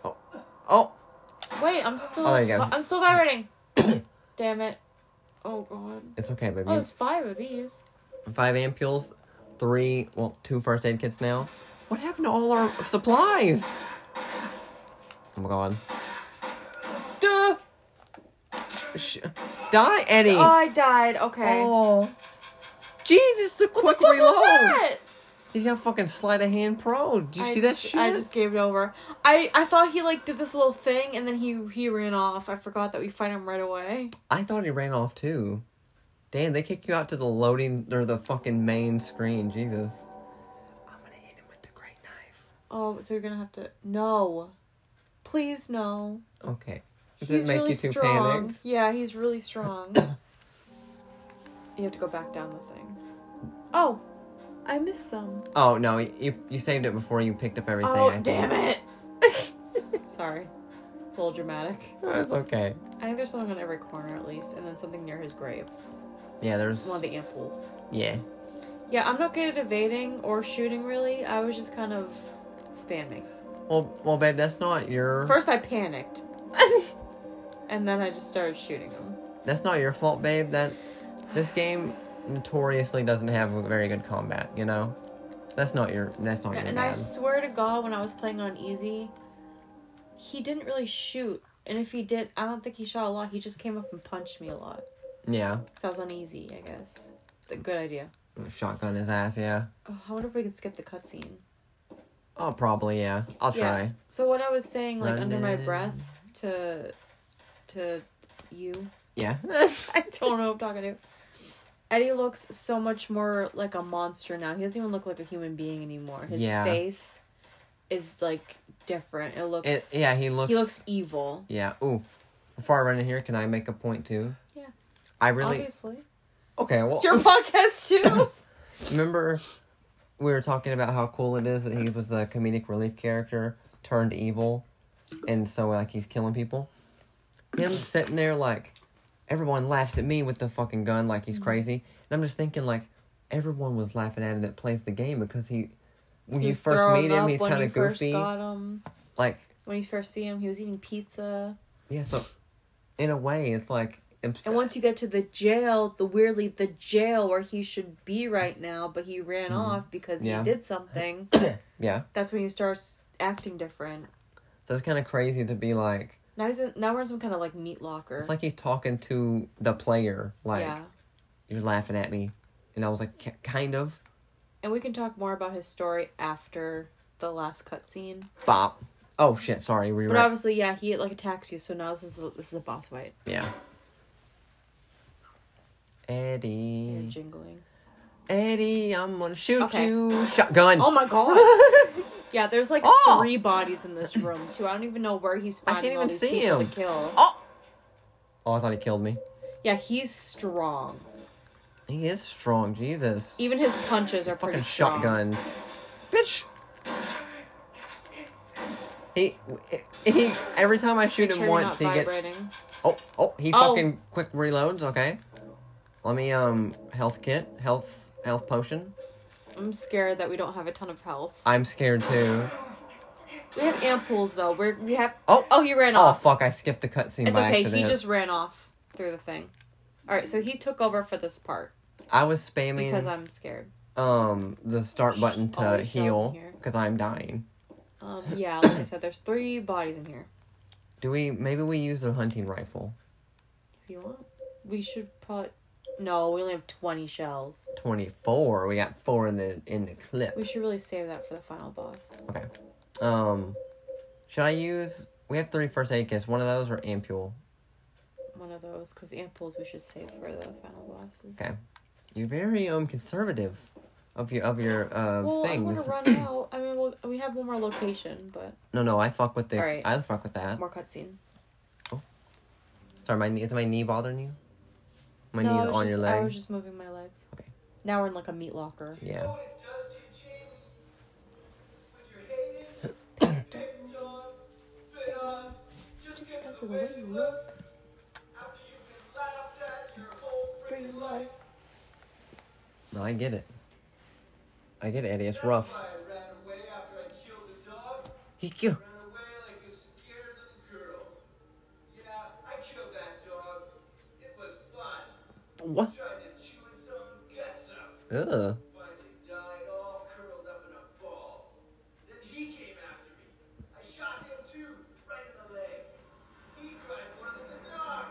A: Oh. Oh.
B: Wait, I'm still.
A: Oh, there you go.
B: I'm still vibrating. Damn it. Oh god.
A: It's okay, baby.
B: Oh, there's five of these.
A: Five ampules, three well, two first aid kits now. What happened to all our supplies? Oh my god.
B: Duh.
A: Sh- Die, Eddie.
B: Oh, I died. Okay.
A: Oh. Jesus, the
B: What
A: quick
B: the fuck
A: reload.
B: was that?
A: He's got fucking sleight of hand pro. Did you
B: I
A: see
B: just,
A: that shit?
B: I just gave it over. I I thought he like did this little thing and then he he ran off. I forgot that we fight him right away.
A: I thought he ran off too. Damn, they kick you out to the loading or the fucking main screen. Jesus. I'm gonna hit him with the great knife.
B: Oh, so you're gonna have to no. Please no.
A: Okay. Does
B: he's
A: it make
B: really
A: you too
B: strong.
A: panicked?
B: Yeah, he's really strong. you have to go back down the thing. Oh, I missed some.
A: Oh no, you you saved it before you picked up everything.
B: Oh,
A: I think.
B: damn it! Sorry. A little dramatic.
A: That's okay.
B: I think there's something on every corner at least, and then something near his grave.
A: Yeah, there's
B: One of the ampules.
A: yeah.
B: Yeah, I'm not good at evading or shooting really. I was just kind of spamming.
A: Well, well, babe, that's not your
B: First, I panicked, and then I just started shooting him.
A: That's not your fault, babe. That this game notoriously doesn't have very good combat. You know, that's not your. That's not your
B: And I
A: bad.
B: swear to God, when I was playing on easy, he didn't really shoot. And if he did, I don't think he shot a lot. He just came up and punched me a lot.
A: yeah,
B: Because I was on easy, I guess. It's a good idea.
A: shotgun his ass. Yeah.
B: Oh, I wonder if we could skip the cutscene.
A: Oh, probably. Yeah. I'll
B: Yeah.
A: try.
B: So what I was saying, like under my
A: Running.
B: breath, to to you,
A: Yeah.
B: I don't know who I'm talking to. Eddie looks so much more like a monster now. He doesn't even look like a human being anymore. His
A: Yeah.
B: face is like different. It looks.
A: It, yeah. He looks.
B: He looks evil.
A: Yeah. Ooh. Before I run in here, can I make a point too?
B: Yeah.
A: I really
B: Obviously.
A: okay. Well,
B: It's your podcast too.
A: remember we were talking about how cool it is that he was the comedic relief character turned evil, and so like he's killing people. Him sitting there like everyone laughs at me with the fucking gun like
B: Mm-hmm.
A: he's crazy, and I'm just thinking like everyone was laughing at him that plays the game because he when you
B: He's
A: first
B: throwing
A: meet him
B: up
A: he's
B: when
A: kind
B: you
A: of
B: first
A: goofy
B: got him.
A: like
B: When you first see him, he was eating pizza.
A: yeah so in a way it's like it's-
B: And once you get to the jail, the weirdly the jail where he should be right now, but he ran off because
A: Mm-hmm. Yeah.
B: he did something.
A: yeah
B: That's when he starts acting different.
A: so it's kind of crazy to be like
B: Now he's in, now we're in some kind of like meat locker.
A: It's like he's talking to the player, like
B: yeah,
A: you're laughing at me, and I was like, "Ki- kind of,
B: and we can talk more about his story after the last cutscene.
A: bop. Oh shit, sorry, we
B: But
A: were
B: obviously, yeah, he like attacks you. So now this is this is a boss fight.
A: yeah.
B: You're
A: Eddie,
B: jingling.
A: Eddie, I'm gonna shoot
B: Okay.
A: you. Shotgun.
B: Oh my god. yeah, there's like
A: Oh!
B: three bodies in this room too. I don't even know where he's
A: I
B: finding
A: can't
B: all
A: even
B: these
A: see
B: people
A: him.
B: to kill.
A: oh. Oh, I thought he killed me.
B: Yeah, he's strong.
A: He is strong, Jesus.
B: Even his punches are pretty
A: Fucking
B: strong.
A: shotgun, bitch. He, he. Every time I shoot
B: Sure
A: him
B: you're
A: once, he
B: not
A: gets
B: vibrating.
A: Oh, oh, he
B: Oh.
A: fucking quick reloads. Okay. Let me um health kit, health health potion.
B: I'm scared that we don't have a ton of health.
A: I'm scared too.
B: We have ampoules though. We're we have.
A: Oh.
B: oh, he ran
A: Oh
B: off.
A: fuck! I skipped the cutscene
B: It's
A: by
B: okay.
A: accident.
B: He just ran off through the thing. All right, so he took over for this part
A: I was spamming
B: because I'm scared.
A: um the start button to
B: always shows in
A: heal
B: here.
A: because I'm dying.
B: Um, yeah, like I said, there's three bodies in here.
A: Do we? Maybe we use the hunting rifle.
B: If you want, we should probably. No, we only have 20 shells.
A: Twenty four. We got four in the in the clip.
B: We should really save that for the final boss.
A: Okay. Um, should I use? We have three first aid kits. One of those or ampule.
B: One of those, because the ampoules we should save for the final bosses.
A: Okay. You're very um conservative of your of your uh
B: Well, I want
A: things.
B: to run out. I mean, we'll, we have one more location, but
A: No, no, I fuck with the.
B: Alright.
A: I fuck with that.
B: more cutscene.
A: Sorry, my knee- is my knee bothering you? My
B: no, I
A: knee's
B: was
A: on
B: just,
A: your
B: I
A: leg.
B: was just moving my legs.
A: Okay.
B: Now we're in like a meat locker.
A: Yeah.
C: Just
B: Because of the way you look.
C: After you've been laughed at your whole freaking life.
A: No, I get it. I get it, Eddie. It's
C: That's
A: rough.
C: why I ran away after I killed the dog.
A: He ki-
C: Ran away like a scared little girl. Yeah, I killed that dog. It was fun.
A: What?
C: Tried to chew its own guts up.
A: Ugh.
C: Finally died all curled up in a ball. Then he came after me. I shot him too, right in the leg. He cried more than the dog.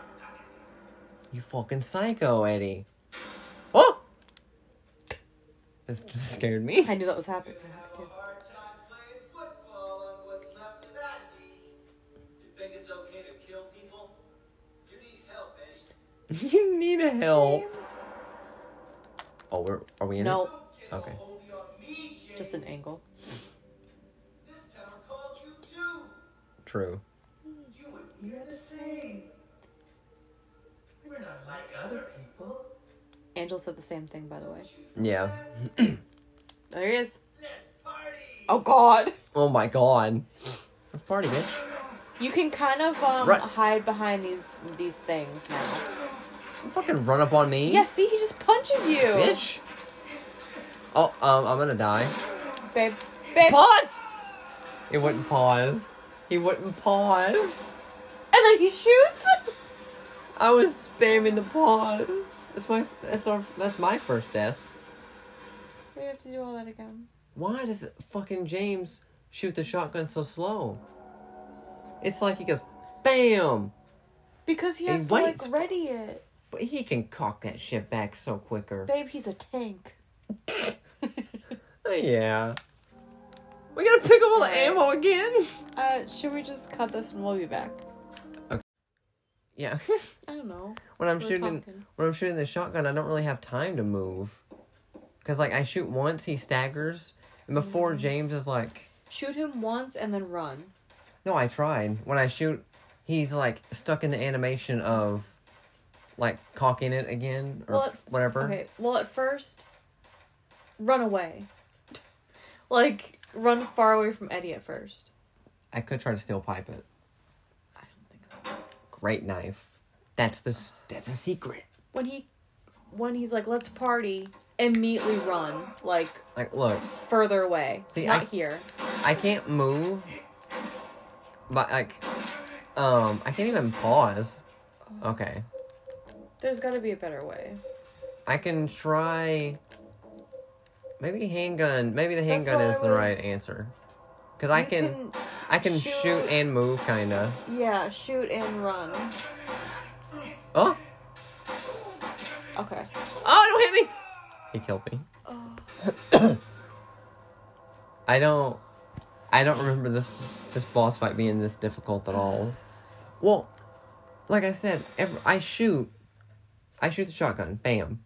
A: You fucking psycho, Eddie. Oh! This just scared me.
B: I knew that was happening.
C: Have a hard time playing football on what's left of that knee. You think it's okay to kill people? You need help, Eddie.
A: you need a help. Oh, we're are we in it?
B: No,
C: Don't get
A: Okay.
C: a hold on me, James.
B: just an angle.
C: This town called you too.
A: True.
C: You and me are the same. We're not like other people.
B: Angel said the same thing, by the way.
A: Yeah.
B: There he is.
C: Let's party.
B: Oh God.
A: Oh my god. Let's party, bitch.
B: You can kind of um,
A: Right.
B: hide behind these these things now.
A: Don't fucking run up on me.
B: Yeah, see, he just punches you,
A: Bitch. Oh, um, I'm gonna die.
B: babe. Babe,
A: Pause! It wouldn't pause. He wouldn't pause.
B: and then he shoots.
A: I was spamming the pause. That's my that's our that's my first death.
B: we have to do all that again.
A: Why does fucking James shoot the shotgun so slow? It's like he goes, BAM!
B: Because he
A: He
B: has to like
A: waits for-
B: ready it,
A: But he can cock that shit back so quicker.
B: babe. He's a tank.
A: Uh, yeah. We gotta pick up all the
B: Alright.
A: ammo again?
B: Uh, should we just cut this and we'll be back?
A: Yeah.
B: I don't know.
A: when I'm
B: We're
A: shooting
B: talking.
A: when I'm shooting the shotgun, I don't really have time to move. Cause like I shoot once, he staggers, and
B: Mm.
A: before James is like,
B: Shoot him once and then run.
A: "No, I tried." When I shoot, he's like stuck in the animation of like caulking it again or
B: Well, at,
A: whatever.
B: Okay. Well, at first, run away. like run far away from Eddie at first.
A: I could try to steel pipe it.
B: I don't think so.
A: Great knife. That's the s- that's a secret.
B: When he, when he's like, "Let's party," immediately run like
A: Like, look,
B: further away.
A: See,
B: not
A: I-
B: here.
A: I can't move. But like, um, I can't even pause.
B: Oh.
A: Okay,
B: There's got to be a better way.
A: I can try. Maybe handgun. Maybe the
B: That's
A: handgun
B: what
A: is
B: I
A: the right
B: was-
A: answer. Because I
B: You
A: can, I can shoot,
B: shoot-
A: and move, kind of.
B: Yeah, shoot and run.
A: Oh,
B: Okay.
A: oh! Don't hit me. He killed me.
B: Oh.
A: I don't I don't remember this this boss fight being this difficult at all. Well, like I said, every, I shoot I shoot the shotgun, bam.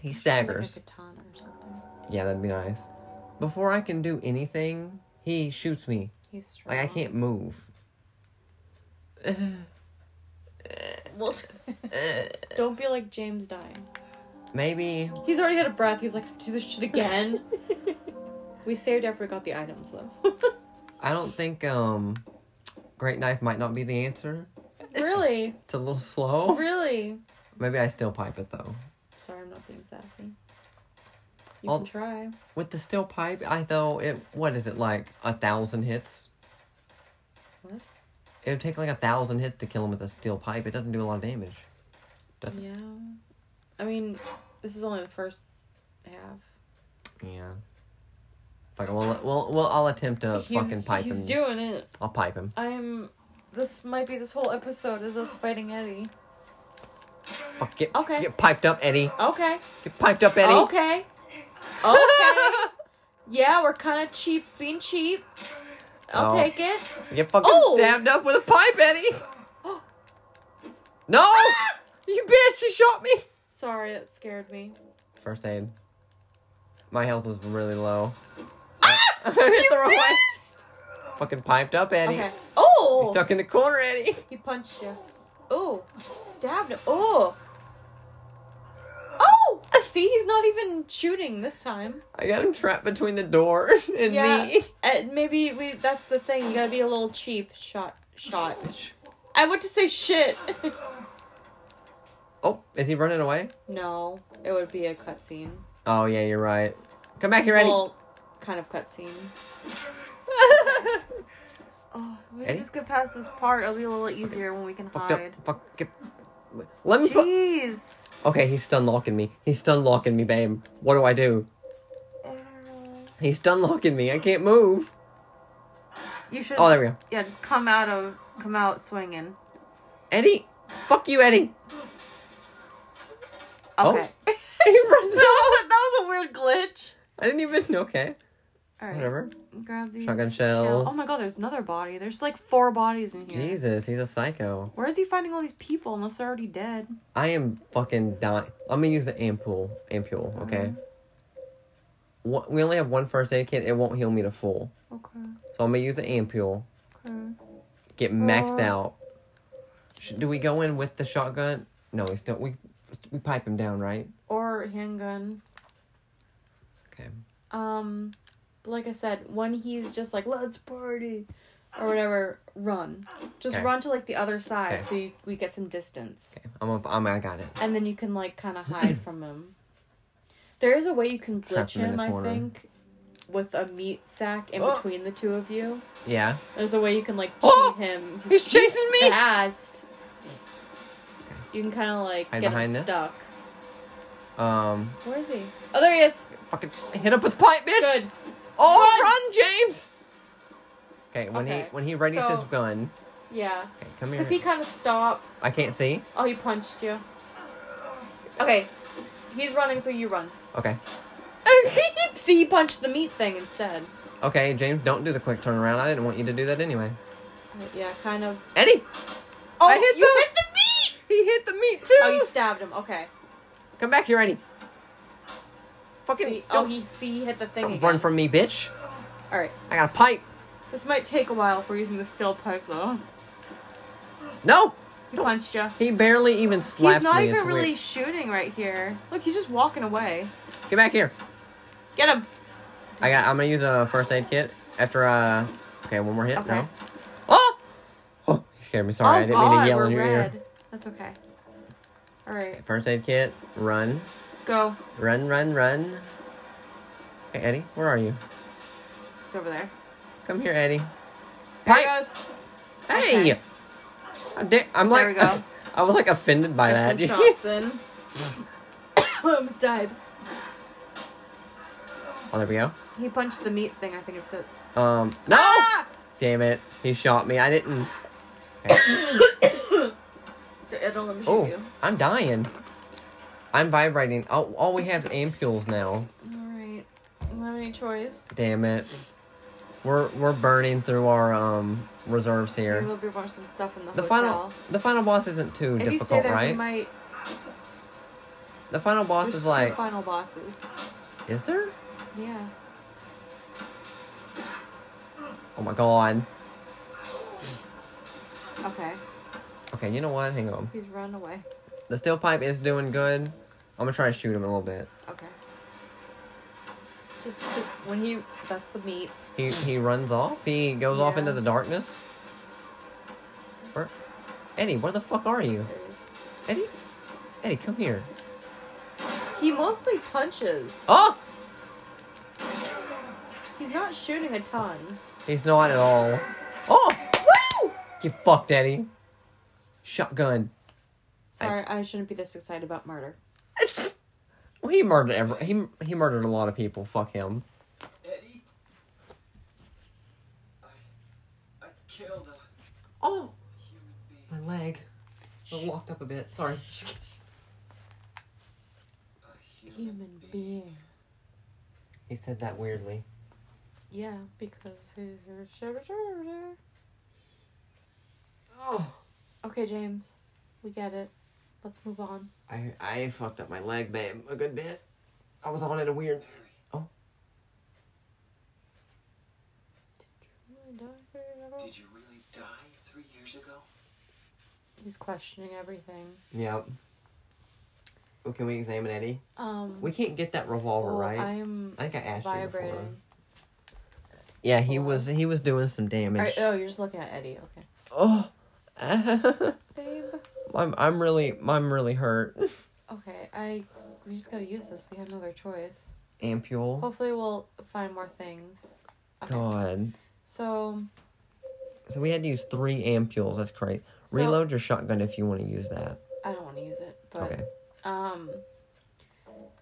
A: He staggers.
B: Like a katana or something.
A: Yeah, that'd be nice. Before I can do anything, he shoots me.
B: He's strong.
A: Like I can't move.
B: Well,
A: Uh.
B: don't be like James dying.
A: Maybe
B: He's already out of breath. He's like, "I have to do this shit again. we saved after we got the items, though.
A: I don't think um great knife might not be the answer.
B: really?
A: It's a little slow.
B: Really?
A: Maybe I still pipe it though.
B: Sorry, I'm not being sassy. You
A: I'll-
B: can try.
A: With the steel pipe, I though it what is it like a thousand hits?
B: What?
A: It would take like a thousand hits to kill him with a steel pipe. It doesn't do a lot of damage. Doesn't-
B: Yeah. I mean, this is only the first half.
A: Yeah. Fuck. it, Well, well, well I'll attempt to
B: he's
A: fucking pipe
B: he's
A: him.
B: doing it.
A: I'll pipe him.
B: I'm. This might be this whole episode is us fighting Eddie.
A: Fuck. Get,
B: Okay.
A: Get piped up, Eddie.
B: Okay.
A: Get piped up, Eddie.
B: Okay. Okay. yeah, we're kind of cheap, being cheap. I'll
A: Oh.
B: take it.
A: Get fucking
B: Oh!
A: stabbed up with a pipe, Eddie. no! you bitch! She shot me.
B: Sorry, that scared me.
A: First aid. My health was really low. Ah! you Fucking piped up, Eddie.
B: Okay. Oh!
A: You're stuck in the corner, Eddie.
B: He punched you. Oh, stabbed him. Oh. Oh! See, he's not even shooting this time.
A: I got him trapped between the door and me.
B: Uh, maybe we. That's the thing. You gotta be a little cheap. Shot. Shot. I went to say shit.
A: Oh, is he running away?
B: no, it would be a cutscene.
A: Oh yeah, you're right. Come back here, Eddie.
B: Well, kind of cutscene. Oh, we
A: Eddie? just
B: get past this part. It'll be a little easier when we can
A: Fucked up. Fuck. Get. Let me put.
B: Jeez.
A: Okay, he's stun locking me. He's stun locking me, babe. What do I do? He's stun locking me. I can't move.
B: You should.
A: Oh, there we go.
B: Yeah, just come out of come out swinging.
A: Eddie. Fuck you, Eddie. Oh.
B: Okay.
A: He runs off.
B: that, was a, that was a weird glitch.
A: I didn't even. Okay.
B: All right.
A: Whatever.
B: Grab these
A: Shotgun
B: shell-
A: shells.
B: Oh my god, there's another body. There's like four bodies in here.
A: Jesus, he's a psycho.
B: Where is he finding all these people unless they're already dead?
A: I am fucking dying. I'm gonna use the ampule.
B: Uh-huh.
A: Ampule. Okay. Wha- We only have one first aid kit. It won't heal me to full.
B: Okay.
A: So I'm gonna use the ampule.
B: okay.
A: get maxed
B: Uh.
A: out. Sh- Do we go in with the shotgun? No, we still we we pipe him down, right?
B: Or handgun.
A: Okay.
B: Um, but like I said, when he's just like let's party, or whatever, run. Just
A: Okay.
B: run to like the other side
A: Okay.
B: so you, we get some distance,
A: Okay. I'm up. I'm. I got it.
B: and then you can like kind of hide from him. There is a way you can
A: Trap
B: glitch
A: him in
B: him,
A: the
B: I
A: corner.
B: think, with a meat sack in
A: Oh.
B: between the two of you.
A: Yeah.
B: There's a way you can like cheat
A: Oh!
B: him.
A: He's chasing me!
B: Fast. You can kind of like
A: Hide
B: get him
A: behind this?
B: stuck.
A: Um.
B: Where is he? Oh, there he is.
A: Fucking hit up with pipe, bitch.
B: Good.
A: Oh, run, James. Okay. When he
B: Okay.
A: when he readies
B: So-
A: his gun.
B: Yeah,
A: Okay, come here.
B: because he kind of stops.
A: I can't see.
B: Oh, he punched you. Okay, he's running, so you run.
A: Okay.
B: See, he punched the meat thing instead.
A: Okay, James, don't do the quick turnaround. I didn't want you to do that anyway.
B: Yeah, kind of.
A: Eddie.
B: Oh,
A: I hit
B: you
A: the-
B: hit the meat.
A: He hit the meat too.
B: Oh, you stabbed him. Okay.
A: Come back here, Eddie. Fucking.
B: See, oh,
A: don't
B: he see he hit the thing.
A: run
B: again.
A: from me, bitch.
B: All right,
A: I got a pipe.
B: this might take a while if we're using the steel pipe though.
A: No!
B: He punched you.
A: He barely even slaps
B: he's not
A: me.
B: even
A: it's
B: really
A: weird.
B: shooting right here. Look, he's just walking away.
A: Get back here.
B: Get him.
A: I got. I'm gonna use a first aid kit after. uh... Okay, one more hit.
B: Okay.
A: No. Oh. Oh, he scared me. Sorry,
B: oh
A: I didn't
B: God,
A: mean to yell
B: we're
A: in your
B: red.
A: ear.
B: That's okay. All right,
A: First aid kit. Run,
B: go.
A: run, run, run. Hey Eddie, where are you?
B: It's over there.
A: Come here, Eddie.
B: There
A: Pipe.
B: it goes.
A: Hey.
B: Okay.
A: I did- I'm
B: There
A: like.
B: we go.
A: I was like offended by
B: Kristen
A: that.
B: Johnson. Almost died.
A: oh, there we go.
B: He punched the meat thing. I think it's it.
A: Um. No.
B: Ah!
A: Damn it. He shot me. I didn't. Okay.
B: It'll let me shoot
A: oh,
B: you.
A: I'm dying. I'm vibrating. All, all we have is ampules now.
B: All right. I don't have any choice.
A: Damn it. We're we're burning through our um reserves
B: Maybe
A: here.
B: we'll be running some stuff in the,
A: The
B: hotel.
A: final the final boss isn't too
B: if you stay
A: difficult,
B: there, we
A: right?
B: might.
A: The final boss
B: There's
A: is
B: two
A: like,
B: final bosses.
A: is there?
B: Yeah.
A: Oh my god.
B: Okay.
A: Okay, you know what? Hang on.
B: He's run away.
A: The steel pipe is doing good. I'm gonna try to shoot him a little bit.
B: Okay. Just the- when he that's the meat.
A: He he runs off. He goes off
B: Yeah.
A: into the darkness. Where, Eddie, where the fuck are you? Eddie, Eddie, come here.
B: He mostly punches.
A: Oh,
B: He's not shooting a ton.
A: he's not at all. Oh, woo! Get fucked, Eddie. Shotgun.
B: Sorry, I, shouldn't be this excited about murder.
A: Well, he murdered ever. He he murdered a lot of people. Fuck him.
C: Eddie? I, I killed a
A: Oh,
C: human being.
A: my leg. I walked up a bit. Sorry.
C: A human.
B: Human being.
A: He said that weirdly.
B: Yeah, because he's
A: Oh,
B: Okay, James, we get it. Let's move on.
A: I I fucked up my leg, babe, a good bit. I was on it a weird.
C: Did you really die three years ago?
B: He's questioning everything.
A: Yep. Oh, can we examine Eddie?
B: Um,
A: We can't get that revolver,
B: well,
A: right?
B: I am
A: I think I asked you before.
B: vibrating.
A: Yeah, he
B: Hello?
A: was he was doing some
B: All
A: damage.
B: right, oh, you're just looking at Eddie. Okay.
A: oh,
B: uh, Babe.
A: I'm I'm really I'm really hurt.
B: Okay, I we just gotta use this. We have no other choice.
A: Ampule.
B: Hopefully, we'll find more things. Oh, Okay.
A: God.
B: So,
A: So we had to use three ampules. That's great.
B: so-
A: Reload your shotgun if you want to use that.
B: I don't want to use it, but
A: okay.
B: um.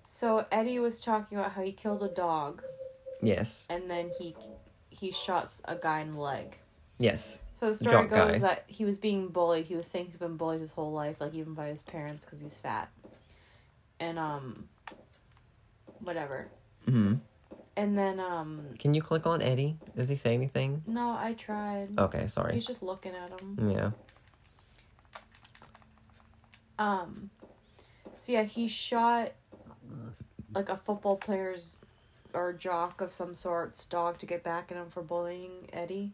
B: So Eddie was talking about how he killed a dog,
A: Yes.
B: and then he he shot a guy in the leg.
A: Yes.
B: So the story
A: Drunk
B: goes
A: guy.
B: that he was being bullied. He was saying he's been bullied his whole life, like even by his parents, because he's fat, and um, whatever.
A: Hmm.
B: And then um,
A: Can you click on Eddie? Does he say anything?
B: no, I tried.
A: Okay. Oh, Sorry.
B: He's just looking at him.
A: Yeah.
B: Um, so yeah, he shot like a football player's or jock of some sort's dog to get back at him for bullying Eddie.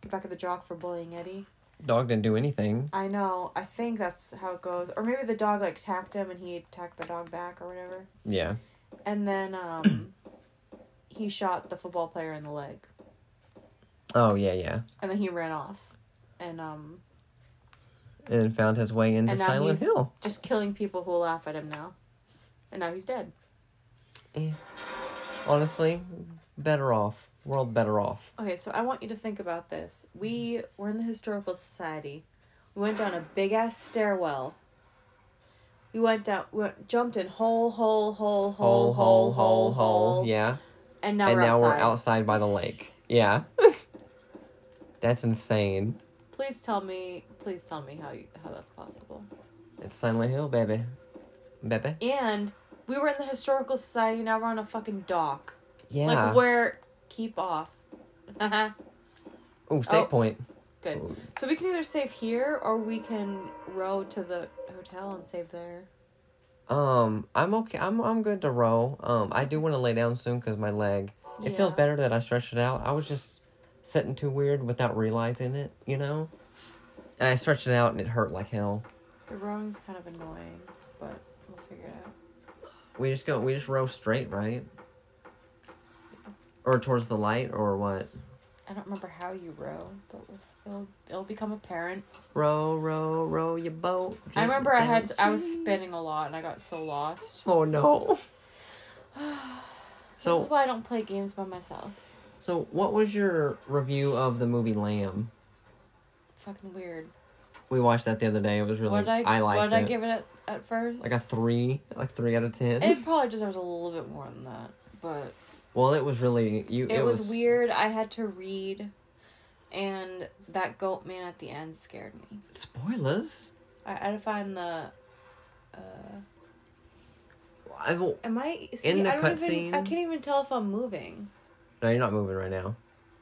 B: Get back at the jock for bullying Eddie.
A: Dog didn't do anything.
B: I know. I think that's how it goes. Or maybe the dog like attacked him and he attacked the dog back or whatever.
A: Yeah.
B: And then um, he shot the football player in the leg,
A: Oh yeah yeah.
B: and then he ran off, and um,
A: And found his way into
B: And now
A: Silent
B: he's-
A: Hill.
B: just killing people who laugh at him now. And now he's dead.
A: Honestly, better off. World better off.
B: Okay, so I want you to think about this. We were in the historical society. We went down a big ass stairwell. We went down, we went, jumped in hole, hole, hole, hole, hole, hole, hole,
A: Yeah.
B: and now
A: and
B: we're
A: now
B: outside.
A: we're outside by the lake. Yeah. That's insane.
B: Please tell me, please tell me how you, how that's possible.
A: It's Silent Hill, baby. Baby.
B: And we were in the historical society. Now we're on a fucking dock,
A: Yeah.
B: like where keep off. Good.
A: Ooh, save
B: oh.
A: point. Ooh.
B: So we can either save here or we can row to the hotel and save there.
A: Um, I'm okay. I'm I'm good to row. Um, I do want to lay down soon because my leg. It feels
B: Yeah.
A: better that I stretched it out. I was just sitting too weird without realizing it. You know. And I stretched it out and it hurt like hell.
B: The rowing's kind of annoying, but we'll figure it out.
A: We just go. We just row straight, right? Or towards the light, or what?
B: I don't remember how you row, but we'll- it'll it'll become apparent.
A: Row, row, row your boat.
B: I remember I had
A: gently.
B: I was spinning a lot and I got so lost.
A: Oh no.
B: This is
A: so
B: why I don't play games by myself.
A: so what was your review of the movie Lamb?
B: Fucking weird.
A: We watched that the other day. It was really
B: What did I,
A: I liked
B: what did
A: it.
B: I give it at, at first?
A: like a three, like three out of ten.
B: it probably deserves a little bit more than that, but
A: well, it was really you.
B: it, was, weird. I had to read, and that goat man at the end scared me.
A: Spoilers.
B: I, I had to find the. Uh,
A: I will,
B: am I
A: In the
B: I don't even- I
A: cutscene?
B: can't even tell if I'm moving.
A: no, you're not moving right now.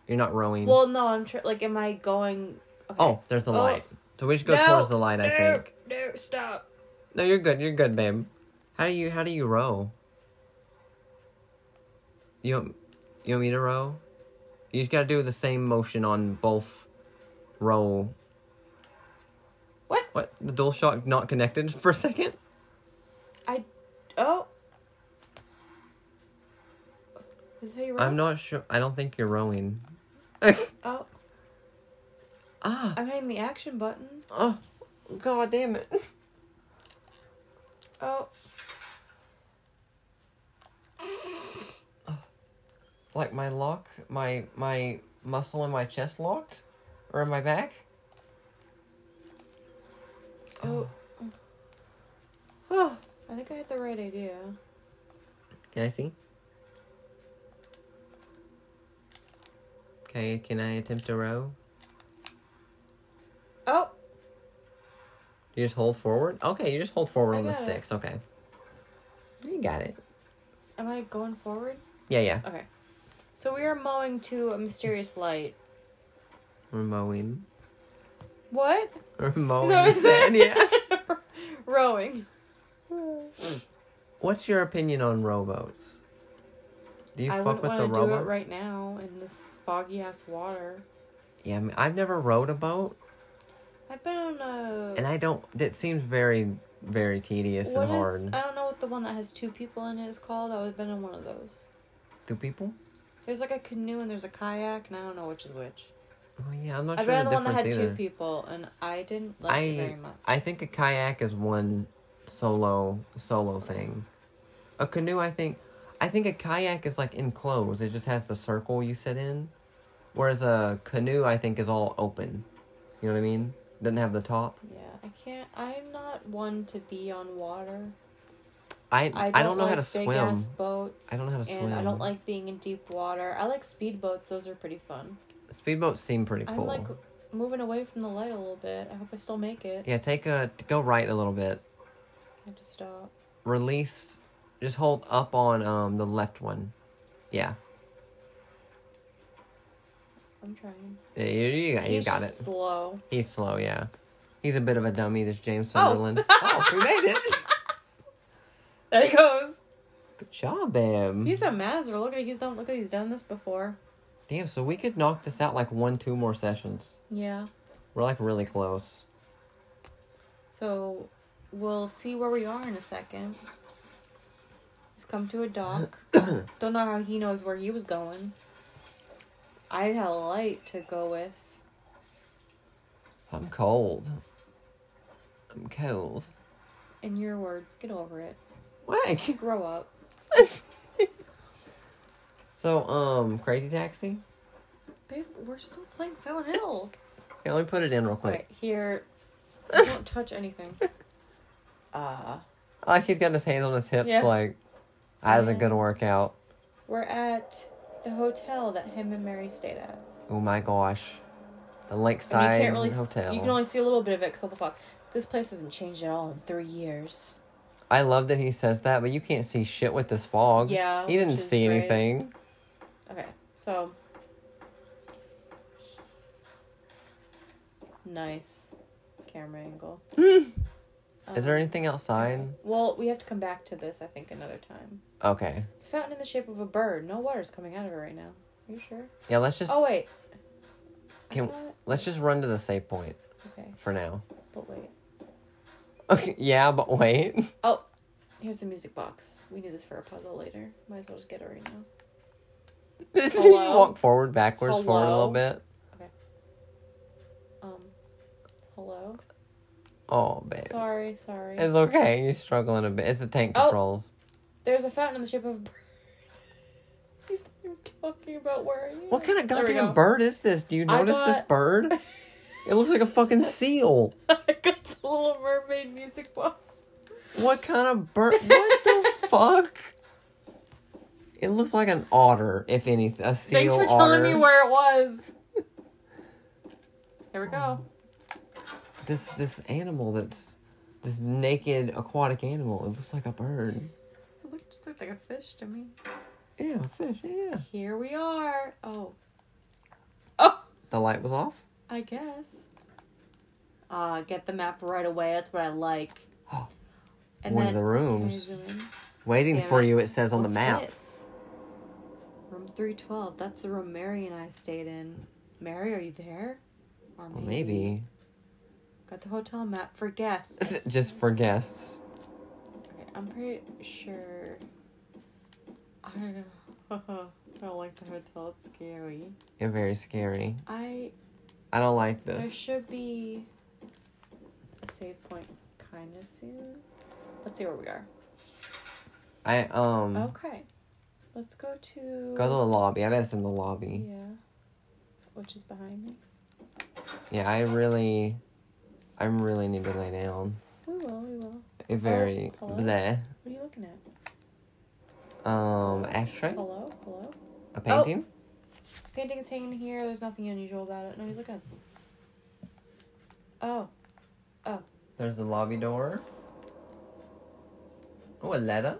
A: You're not rowing.
B: Well, no, I'm tr- like, am I going? Okay.
A: Mm-hmm. oh, there's the
B: Oh.
A: light. So we should go
B: No.
A: towards the light. I
B: no,
A: think.
B: no, stop.
A: No, you're good. You're good, babe. How do you How do you row? You want, you want me to row? You just gotta do the same motion on both row.
B: What?
A: What? The dual shock not connected for a second?
B: I. Oh. Is this how you roll?
A: I'm not sure. I don't think you're rowing.
B: Oh,
A: ah!
B: I'm hitting the action button.
A: Oh! God damn it!
B: Oh,
A: Like my lock, my my muscle in my chest locked, or in my back.
B: oh.
A: Oh.
B: I think I had the right idea.
A: Can I see? Okay, can I attempt a row?
B: Oh,
A: You just hold forward? Okay, you just hold forward
B: I
A: on the
B: got it.
A: sticks. Okay. You got it.
B: am I going forward?
A: Yeah, yeah.
B: Okay. So we are mowing to a mysterious light.
A: We're mowing.
B: What?
A: We're mowing.
B: Is that what I
A: the sand,
B: said?
A: Yeah.
B: Rowing.
A: What's your opinion on rowboats? Do you
B: I
A: fuck
B: wouldn't
A: with
B: want to
A: the
B: do
A: rowboat?
B: it right now in this foggy ass water.
A: Yeah, I mean, I've never rowed a boat,
B: I've been on a.
A: and I don't. That seems very, very tedious
B: what
A: and
B: is-
A: hard.
B: I don't know what the one that has two people in it is called. I've been on one of those.
A: Do people?
B: There's like a canoe and there's a kayak, and I don't know which is which.
A: Oh yeah, I'm not
B: I've
A: sure
B: been on
A: the
B: the one
A: difference
B: that had
A: either.
B: two people, and I didn't like
A: I
B: it very much.
A: I think a kayak is one solo solo thing. A canoe, I think, I think a kayak is like enclosed. It just has the circle you sit in, whereas a canoe, I think, is all open. You know what I mean? Doesn't have the top.
B: Yeah, I can't. I'm not one to be on water.
A: I
B: I
A: I
B: don't,
A: don't, know
B: like
A: how to
B: big
A: swim.
B: Ass boats.
A: I don't know how to
B: and I
A: swim.
B: don't like being in deep water. I like speedboats. Those are pretty fun.
A: Speedboats seem pretty
B: I'm
A: cool.
B: like moving away from the light a little bit. I hope I still make it.
A: yeah, take a go right a little bit.
B: I have to stop.
A: Release. Just hold up on um the left one. Yeah,
B: I'm trying.
A: Yeah, you, you, got- you
B: He's
A: got it.
B: just Slow.
A: He's slow, yeah. He's a bit of a dummy, this James Sunderland. Oh, we made it.
B: There he goes.
A: Good job, babe.
B: He's a master. Look at he's done. Look at he's done this before.
A: Damn, so we could knock this out like one, two more sessions.
B: Yeah.
A: We're like really close.
B: So we'll see where we are in a second. We've come to a dock. Don't know how he knows where he was going. I had a light to go with.
A: I'm cold. I'm cold.
B: In your words, get over it.
A: Why?
B: Grow up.
A: So, um, Crazy Taxi?
B: Babe, we're still playing Silent Hill.
A: Yeah, let me put it in real quick.
B: Wait, here. Don't touch anything.
A: Uh-huh.
B: Uh,
A: I Like, he's got his hands on his hips,
B: Yeah.
A: like, that was a
B: Yeah.
A: good workout.
B: we're at the hotel that him and Mary stayed at.
A: Oh my gosh. The
B: And
A: Lakeside
B: you can't really. s-
A: Hotel.
B: you can only see a little bit of it because of the fog. This place hasn't changed at all in three years.
A: I love that he says that, but you can't see shit with this fog.
B: Yeah,
A: He didn't
B: which is
A: see
B: great.
A: anything.
B: Okay, so. Nice camera angle. Um,
A: Is there anything outside?
B: Well, we have to come back to this, I think, another time.
A: Okay.
B: It's a fountain in the shape of a bird. No water's coming out of it right now. Are you sure?
A: Yeah, let's just
B: Oh, wait. I
A: Can-
B: thought-
A: let's just run to the save point.
B: Okay,
A: for now.
B: but wait.
A: Okay, yeah, but wait.
B: Oh, here's the music box. We need this for a puzzle later. Might as well just get it right now.
A: Did you
B: Hello?
A: walk forward, backwards, forward a little
B: Hello?
A: bit?
B: Um, hello.
A: Oh, babe.
B: Sorry, sorry.
A: It's okay. You're struggling a bit. It's the tank
B: Oh.
A: controls.
B: There's a fountain in the shape of a bird. He's not even talking about where I am.
A: What kind of
B: There we
A: goddamn
B: go.
A: bird is this? Do you
B: I
A: notice this
B: got-
A: bird? It looks like a fucking seal.
B: I got the Little Mermaid music box.
A: What kind of bird? What the fuck? It looks like an otter, if anything. A seal
B: Thanks for
A: otter.
B: telling me where it was. There we
A: Oh.
B: go.
A: This this animal that's this naked aquatic animal. It looks like a bird.
B: It looked just looked like a fish to me.
A: Yeah, a fish. Yeah.
B: Here we are. Oh. Oh,
A: The light was off.
B: I guess. Ah, get the map right away. That's what I like.
A: Oh,
B: And
A: one of
B: then,
A: the
B: Can I
A: rooms
B: zoom in?
A: waiting
B: Damn
A: for
B: it.
A: you. It says on
B: What's
A: the map.
B: this? Room 312. That's the room Mary and I stayed in. Mary, are you there? Or
A: Well, maybe
B: Got the hotel map for guests.
A: just for guests.
B: Okay, I'm pretty sure. I don't know. I don't like the hotel. It's scary.
A: You're very scary.
B: I.
A: I don't like
B: There
A: this.
B: should be a save point kind of soon. Let's see where we are.
A: I um
B: Okay. Let's go to.
A: go to the lobby. I bet it's in the lobby.
B: Yeah. Which is behind me.
A: Yeah, I really, I really need to lay down.
B: We will, we will.
A: It very
B: Oh, hello?
A: bleh.
B: What are you looking at?
A: Um, ashtray,
B: Hello? Hello?
A: a painting.
B: Painting is hanging here. There's nothing unusual about it. No, he's looking at. Oh.
A: There's the lobby door. Oh, a letter.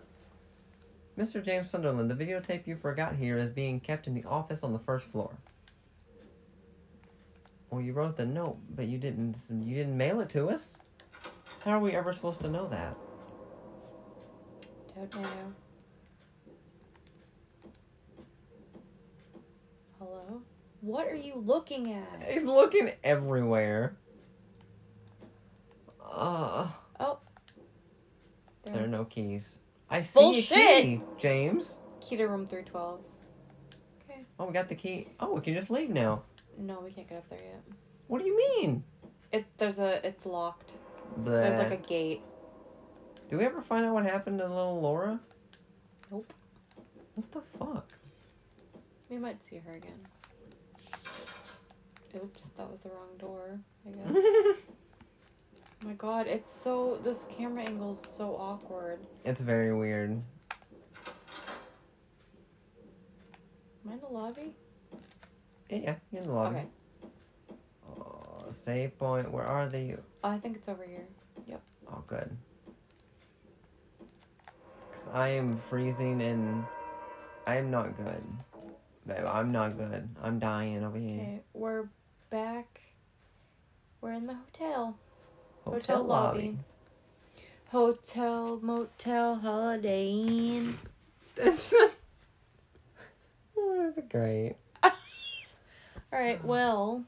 A: Mr. James Sunderland, the videotape you forgot here is being kept in the office on the first floor. Well, you wrote the note, but you didn't. You didn't mail it to us. How are we ever supposed to know that?
B: Don't know. Hello? What are you looking at?
A: He's looking everywhere. Uh, there are no keys. I see a
B: Bullshit!
A: key, James.
B: Key to room 312.
A: Oh, we got the key. Oh, we can just leave now.
B: No, we can't get up there yet.
A: What do you mean?
B: It's there's a it's locked.
A: Bleh.
B: There's like a gate.
A: Do we ever find out what happened to little Laura?
B: Nope.
A: What the fuck?
B: We might see her again. Oops, that was the wrong door. I
A: Mm-hmm.
B: guess. my God, it's so this camera angle's so awkward.
A: it's very weird.
B: Am I in the lobby?
A: Yeah, yeah, you're in the lobby.
B: Okay.
A: Oh, save point. Where are they?
B: Oh, I think it's over here.
A: Oh, good. Cause I am freezing and I am not good, babe. I'm not good. I'm dying over here.
B: Okay, we're back. We're in the hotel.
A: Hotel, lobby.
B: Hotel, motel, holiday inn.
A: oh, that's Oh, great.
B: All right, well,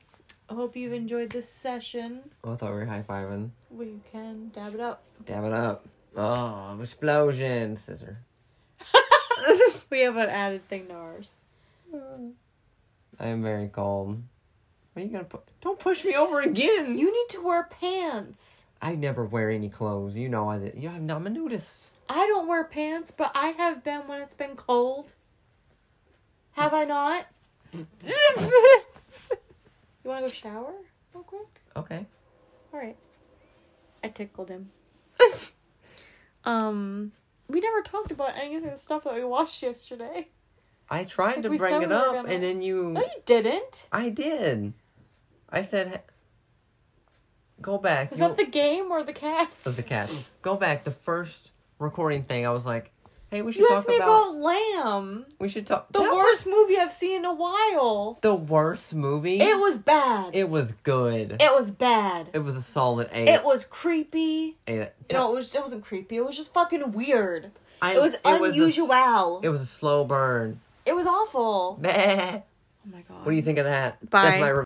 B: I hope you've enjoyed this session.
A: Oh, I thought we were high fiving.
B: We can dab it up.
A: Dab it up. Oh, explosion. Scissor.
B: we have an added thing to ours.
A: I am very calm. What are you gonna put? Don't push me over again.
B: You need to wear pants.
A: I never wear any clothes. You know I. You I'm not I'm a nudist.
B: I don't wear pants, but I have been when it's been cold. Have I not? You want to go shower real quick?
A: okay.
B: All right. I tickled him. um, we never talked about any of the stuff that we watched yesterday.
A: I tried
B: Like,
A: to
B: we
A: bring
B: said
A: it
B: we were
A: up,
B: gonna-
A: and then you.
B: No, you didn't.
A: I did. I said, "Hey, go back.
B: Was
A: You-
B: that the game or the cats?
A: of the cat. Go back. The first recording thing, I was like, "Hey, we should
B: you
A: talk
B: asked me
A: about,
B: about Lamb,
A: We should talk."
B: the
A: that was
B: worst movie I've seen in a while.
A: The worst movie.
B: It was bad. It,
A: It was good.
B: was bad.
A: It was a solid eight.
B: It was creepy.
A: eight.
B: No, it was. It wasn't creepy. It was just fucking weird.
A: I-
B: It was unusual.
A: A, s- it was a slow burn.
B: it was awful.
A: Meh.
B: Oh my god.
A: What do you think of that?
B: Bye.
A: That's my